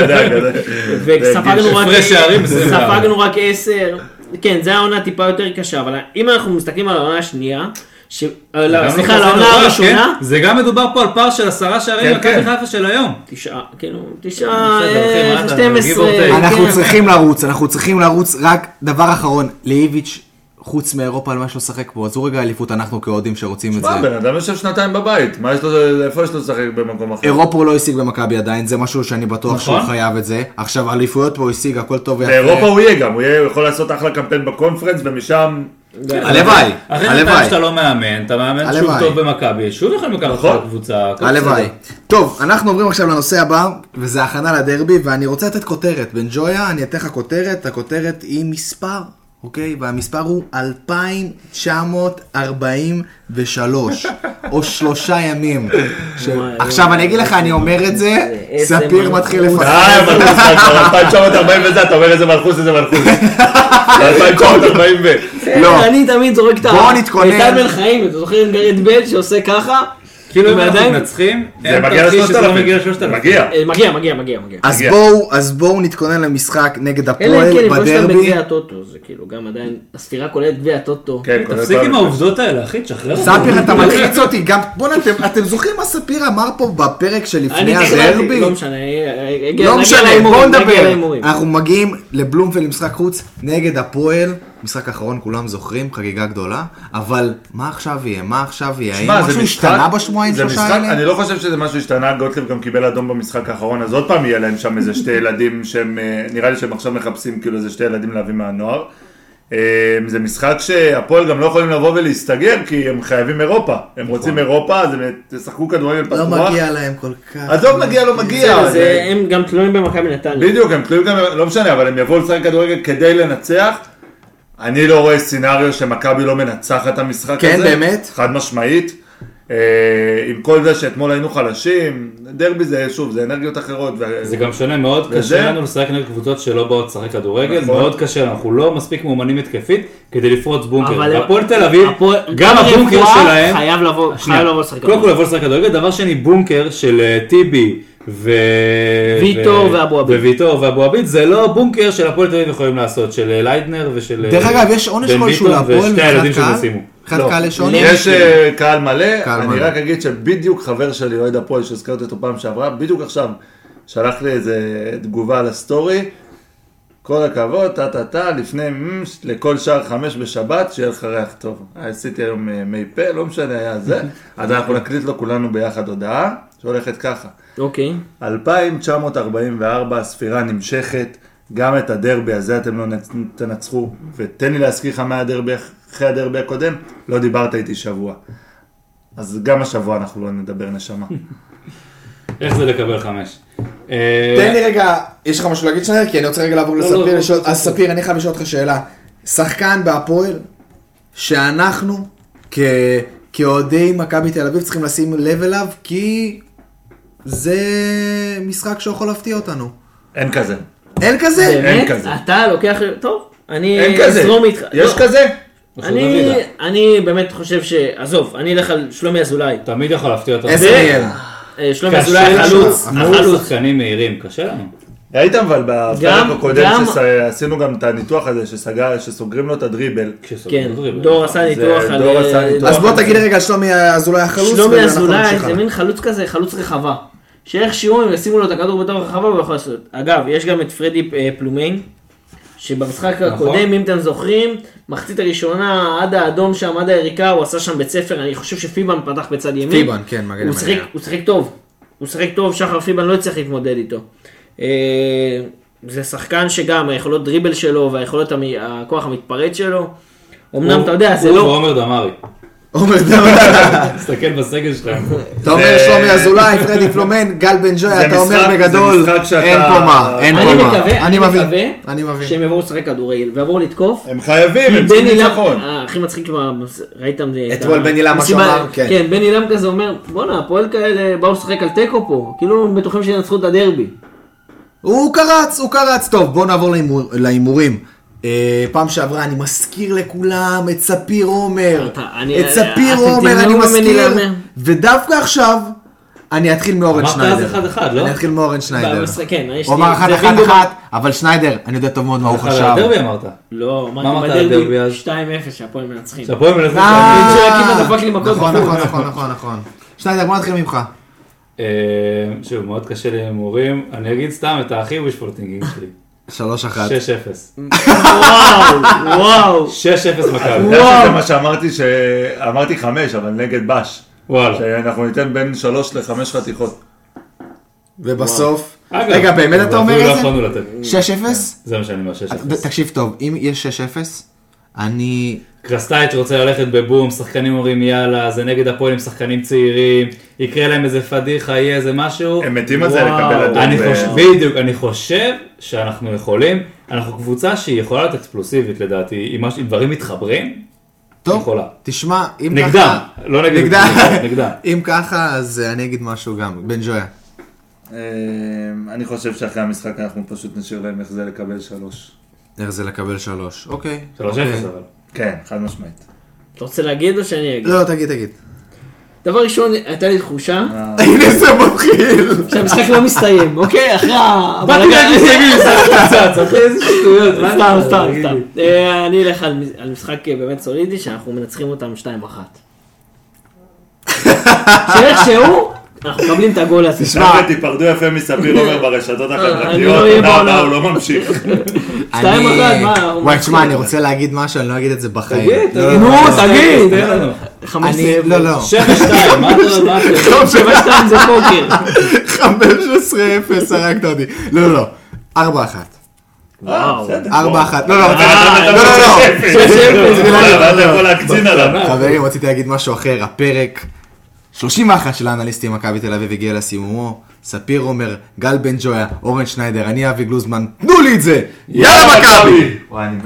F: יודע, כזה.
E: וספגנו רק,
G: הפרש שערים, זה
E: ספגנו רק עשר, כן זה העונה טיפה יותר קשה, אבל אם אנחנו מסתכלים על העונה השנייה, ש... אה, לא,
G: גם
E: סליחה,
G: לא
E: על
G: כזה
E: העונה
G: נורא,
E: הראשונה,
G: כן? זה גם מדובר פה על פער של עשרה שערים
F: כן,
G: במכבי
F: כן.
G: חיפה של היום.
E: תשעה, כאילו, תשעה,
G: בסדר, אחי,
E: אה,
G: מה אתה,
E: 12,
G: give or take.
E: כן.
A: אנחנו צריכים לרוץ, אנחנו צריכים לרוץ. רק דבר אחרון, לאיביץ', חוץ מאירופה, על מה שהוא לשחק פה, עזבו רגע אליפות, אנחנו כאוהדים שרוצים את זה.
F: מה, בן אדם יושב שנתיים בבית, מה יש לו, איפה יש לו לשחק במקום אחר?
A: אירופה הוא לא השיג במכבי עדיין, זה משהו שאני בטוח שהוא
G: נכון.
A: חייב את זה. עכשיו, אליפויות פה הוא השיג, הכל טוב ויפה.
F: באירופה הוא יהיה גם, הוא יהיה- הוא יכול לעשות אחלה קמפיין בקונפרנס, ומשם...
A: הלוואי,
G: אחרי שנתיים
A: הלוואי.
G: שאתה לא מאמן, אתה מאמן שוב
A: הלוואי.
G: טוב במכבי, שוב יכולים לקחת אותך
F: נכון.
G: לקבוצה. הכל
A: הלוואי.
G: בסדר.
A: טוב, אנחנו עוברים עכשיו לנושא הבא, וזה הכנה לדרבי, ואני רוצה לתת כותרת. בן ג'ויה, אני אתן לך כותרת, הכותרת היא מספר, אוקיי? והמספר הוא 2,943, או שלושה ימים. ש- עכשיו אני אגיד לך, אני אומר את זה,
E: איזה
A: ספיר
E: מלכות.
A: מתחיל
F: אה,
A: לפחד.
F: מלכוס, כבר 2940 וזה, אתה אומר איזה מלכוס, איזה מלכוס. 2940 ו...
A: לא.
E: אני תמיד זורק את ה...
A: בואו נתכונן.
E: את טל בן חיים, אתה זוכר עם גרד בל שעושה ככה?
G: כאילו אם
E: הוא
G: אנחנו
E: עדיין-
G: מנצחים,
F: זה
G: אין
F: מגיע
G: תרחיש שזה לא מגיע
F: ל-3000.
G: ל-3000.
F: מגיע.
E: אה, מגיע, מגיע, מגיע, מגיע.
A: אז
F: מגיע.
A: בואו, אז בואו נתכונן למשחק נגד
E: אלא אם כן
A: הפועל
E: לפגוש אותם
A: בדרבי.
E: בגביע הטוטו, זה כאילו גם עדיין, הספירה כוללת גביע הטוטו.
F: כן, כל
G: תפסיק
F: הזמן.
G: עם העובדות האלה, אחי, תשחרר אותנו.
A: ספיר, אתה מלחיץ אותי גם, בוא'נה, אתם- אתם זוכרים מה ספיר אמר פה בפרק
E: אני
A: שלפני
E: תכננתי,
A: הדרבי?
E: לא משנה, אה, נגיע-
A: לא
E: נגיע
A: משנה,
E: להימורים,
A: בואו
E: נגיע
A: נדבר.
E: להימורים.
A: אנחנו מגיעים לבלומפלד למשחק חוץ נגד הפועל. משחק אחרון כולם זוכרים, חגיגה גדולה. אבל מה עכשיו יהיה? מה עכשיו יהיה? האם
F: שמע, זה
A: משהו
F: משחק-
A: השתנה בשבועיים
F: זה
A: שלושה
F: משחק-
A: האלה?
F: אני לא חושב שזה משהו השתנה, גוטליב גם קיבל אדום במשחק האחרון, אז עוד פעם יהיה להם שם איזה שתי ילדים שהם, אה, נראה לי שהם עכשיו מחפשים כאילו איזה שתי ילדים להביא מהנוער. אה, זה משחק שהפועל גם לא יכולים לבוא ולהסתגר, כי הם חייבים אירופה. הם
A: נכון.
F: רוצים אירופה, אז הם תשחקו כדורגל פתוח.
H: לא מגיע להם כל כך.
F: עזוב, מגיע, לא מגיע.
E: זה-
F: זה-
E: הם גם תלויים במכבי נתניה.
F: בדיוק, הם תלויים גם, לא משנה, אבל הם יבואו לשחק כדורגל כדי לנצח. אני לא רואה סצנריו שמכבי לא מנצחת את המשחק
A: כן,
F: הזה.
A: באמת?
F: חד משמעית. אה, עם כל זה שאתמול היינו חלשים, דרבי זה, שוב, זה אנרגיות אחרות. ו-
G: זה גם שונה, מאוד
F: וזה-
G: קשה לנו לשחק נגד קבוצות שלא באות לשחק כדורגל,
F: נכון.
G: מאוד קשה, אנחנו לא מספיק מאומנים התקפית כדי לפרוץ
E: אבל-
G: בונקר. הפועל תל אביב,
E: הפועל-
G: גם
E: גם
G: הבונקר
E: רפואה
G: שלהם, לא
E: חייב לבוא, חייב לבוא לשחק.
G: קודם כל לבוא לשחק כדורגל, דבר שני בונקר של אה, טיבי, ו...
E: ויטור ואבו עביד.
G: וויטור ואבו עביד, זה לא בונקר של הפועל תל אביב יכולים לעשות, של אה, ליידנר ושל... אה,
A: דרך אגב, יש עונש
G: בן
A: כלשהו
G: ביטון
A: להפועל
G: ושתי
A: מבחינת
G: הילדים שלו
A: קהל?
G: סיימו.
A: מבחינת
G: לא.
A: קהל יש עונש?
F: יש אה, קהל מלא,
A: קהל
F: אני
A: מלא.
F: רק אגיד שבדיוק חבר שלי, אוהד הפועל, שהזכרתי אותו פעם שעברה, בדיוק עכשיו שלח לי איזה תגובה לסטורי, כל הכבוד, טה טה טה, לפני מ, לכל שער חמש בשבת, שיהיה לך ריח טוב. אה, עשיתי היום אה, מי פה, לא משנה, היה זה. אז אנחנו נקליט לו כולנו ביחד הודעה, שהולכת ככה.
E: אוקיי.
F: 2944, הספירה נמשכת, גם את הדרבי הזה אתם לא נצ- תנצחו, ותן לי להזכיר לך מה הדרבי, אחרי הדרבי הקודם, לא דיברת איתי שבוע. אז גם השבוע אנחנו לא נדבר נשמה.
G: איך זה לקבל חמש? אה,
H: תן
E: אה,
H: לי רגע, יש לך משהו להגיד שנייה? כי אני רוצה רגע לעבור
G: לא,
H: לספיר.
G: לא,
H: לשאול- אז ספיר, אני חייב לשאול אותך שאלה. שחקן בהפועל, שאנחנו כ- כאוהדי מכבי תל אביב צריכים לשים לב אליו, כי זה משחק שיכול להפתיע אותנו.
F: אין כזה.
E: אה,
H: אין כזה?
E: באמת?
F: כזה.
E: אתה לוקח... טוב, אני
F: אין כזה.
E: אזרום איתך.
F: יש
E: לא,
F: כזה?
E: אני, אני באמת חושב ש... עזוב, אני אלך על שלומי אזולאי.
G: תמיד יכול להפתיע אותנו.
H: עשר
E: ו-
H: יהיה.
E: אה, שלומי
G: קשה
E: אזולאי החלוץ.
G: לנו, מול
E: החלוץ.
G: שחקנים מהירים, קשה לנו.
F: היית אבל בפרק
E: גם-
F: הקודם
E: גם-
F: שעשינו גם את הניתוח הזה שסגר- שסוגרים לו את הדריבל.
G: כשסוגרים לא
E: כן,
G: דריבל.
E: דור עשה ניתוח על... אה,
F: דור עשה ניתוח.
H: אז בוא תגיד רגע על שלומי אזולאי החלוץ.
E: שלומי
H: ואנחנו
E: אזולאי
H: נמשיך
E: זה
H: הלאה.
E: מין חלוץ כזה, חלוץ רחבה. שאיכשהו הם ישימו לו את הכדור בתוך הרחבה והוא יכול לעשות. אגב, יש גם את פרדי אה, פלומיין, שבמשחק
H: נכון.
E: הקודם, אם אתם זוכרים, מחצית הראשונה עד האדום שם, עד היריקה, הוא עשה שם בית ספר, אני חושב שפיבן פתח בצד ימין.
H: פיבן, כן, מגן
E: הוא
H: ימני
E: שיחק-
H: היה.
E: הוא שיחק טוב. הוא שיחק טוב, שחר פיבן לא הצליח להתמודד איתו. אה, זה שחקן שגם היכולות דריבל שלו והיכולות, המ- הכוח המתפרץ שלו. אמנם אתה יודע, זה
G: הוא
E: לא...
G: ועומר דמארי.
H: עומר דמארי.
G: תסתכל בסגל שלהם.
H: אתה אומר שלומי אזולאי, פרדי פלומן, גל בן ג'וי,
F: זה
H: אתה אומר
F: משחק- זה
H: בגדול,
F: משחק שאתה-
A: אין פה מה, אין
E: אני
A: פה מה.
E: מקווה, אני
H: מבין,
E: מקווה,
H: אני מבין.
E: שהם יבואו לשחק כדורגל ויבואו לתקוף.
F: הם חייבים, הם צריכים
E: בני לם,
F: אה, ניצחון.
E: אה, הכי מצחיק, כבר, ראיתם אה, את ה-
H: אתמול בני לם, מה שהוא
E: המסיבה-
H: אמר, כן.
E: כן, בני לם כזה אומר, בואנה, הפועל כאלה באו לשחק על תיקו פה, כאילו הם בטוחים שינצחו את הדרבי.
H: הוא קרץ, הוא קרץ. טוב, בואו נעבור להימור- להימורים. אה, פעם שעברה אני מזכיר לכולם את ספיר עומר,
E: אתה- אני-
H: את ספיר
E: אתם
H: עומר אני
E: תמנעו ממני
H: מזכיר,
E: להמר.
H: ודווקא עכשיו אני אתחיל מאורן
G: אמרת
H: שניידר.
G: אז אחד אחד, לא?
H: אני אתחיל מאורן שניידר.
E: במשחק, כן, יש
A: הוא
E: לי-
A: אמר
E: זה
A: אחת אחת
E: בינגו-
A: אחת, אבל שניידר, אני יודע טוב מאוד מה הוא
G: על
A: חשב.
G: הדרבי אמרת.
E: לא,
G: אמרת
E: אמרתי
G: על הדרבי
E: בדרבי
G: אז?
E: 2-0 שהפועל מנצחים.
G: שהפועל מנסים
H: אה,
G: להגיד-
E: בן ג'וי כמעט דפק לי מכות
H: נכון,
E: בחוץ.
H: נכון, נכון, נכון, נכון. שניידר, בוא נתחיל ממך.
G: אה, שוב, מאוד קשה לי עם הימורים. אני אגיד סתם את הכי ווישפורטינגים שלי.
A: שלוש אחת.
G: 6-0.
E: וואו, וואו.
G: 6-0 מכבי.
F: אתה יודע שזה מה שאמרתי, שאמרתי חמש, אבל נגד בש.
E: אה.
G: וואלה.
F: שאנחנו ניתן בין שלוש לחמש חתיכות.
H: ובסוף,
G: אגב,
H: רגע, באמת אתה אומר
G: אפילו
H: את
G: לא יכולנו לתת.
H: זה? 6-0?
G: זה מה שאני אומר, 6-0.
A: ת- תקשיב טוב, אם יש 6-0, אני...
G: קרסטייץ' רוצה ללכת בבום, שחקנים אומרים יאללה, זה נגד הפועל עם שחקנים צעירים, יקרה להם איזה פדיחה, יהיה איזה משהו.
F: הם מתים על זה לקבל אדום.
G: אני
F: ו-
G: חושב, בדיוק, אני חושב שאנחנו יכולים, אנחנו קבוצה שהיא יכולה להיות אקספלוסיבית לדעתי, אם מש- אם דברים מתחברים,
A: טוב,
G: יכולה.
A: תשמע, אם ככה...
G: נגדם, לא נגד,
A: נגדם.
G: נגדם.
A: אם ככה, אז אה, אני אגיד משהו גם. בן ג'ויה.
F: אמ, אני חושב שאחרי המשחק אנחנו פשוט נשאיר להם איך זה לקבל שלוש.
A: איך זה לקבל שלוש. אוקיי.
G: 3-0
A: אוקיי.
G: אבל.
F: כן, חד משמעית.
E: אתה רוצה להגיד או שאני אגיד?
A: לא, תגיד, תגיד.
E: דבר ראשון, הייתה לי
H: אה.
E: תחושה
A: הנה זה מתחיל.
E: שהמשחק לא מסתיים, אוקיי? אחרי ה...
G: באתי להגיד סגי משחק קצת, אחי איזה שטויות, מה
E: סתם,
G: אתה
E: סתם,
G: תגיד
E: סתם.
G: לי?
E: אה, אני אלך על מ- על משחק אה, באמת סולידי, שאנחנו מנצחים אותם 2-1. שאיכשהו, אנחנו מקבלים את הגול הזה.
F: חבר'ה, תיפרדו יפה מספיר עומר ברשתות
E: אני
F: החברתיות,
E: לא אהיה
F: תודה רבה,
E: בעולם.
F: הוא לא ממשיך.
E: שתיים
A: אני-
E: אחת, מה, אנחנו
A: וואי,
E: מצחיקים.
A: תשמע, אני רוצה להגיד משהו, אני לא אגיד את זה בחיים.
G: תגיד,
A: לא,
G: תגיד.
E: נו,
G: אה,
E: תגיד.
G: תן לנו.
E: חמש
A: אני...
E: זה-
A: לא, לא.
G: 7-2, מה אתה, מה אתה?
E: טוב, שבע שתיים זה פוקר.
A: 15-0, הרגת אותי. לא, לא, לא. 4-1.
E: וואו.
F: בסדר, אה,
A: 4-1.
F: בוא.
A: לא, לא, לא, לא,
G: אה,
A: לא.
F: בסדר, אבל אתה לא יכול להקצין עליו.
A: חברים, רציתי להגיד משהו אחר, הפרק 31 של האנליסטים מכבי תל אביב הגיע לסיומו, ספיר עומר, גל בן ג'ויה, אורן שניידר, אני אבי גלוזמן, תנו לי את זה! יאללה מכבי!
H: וואי, אני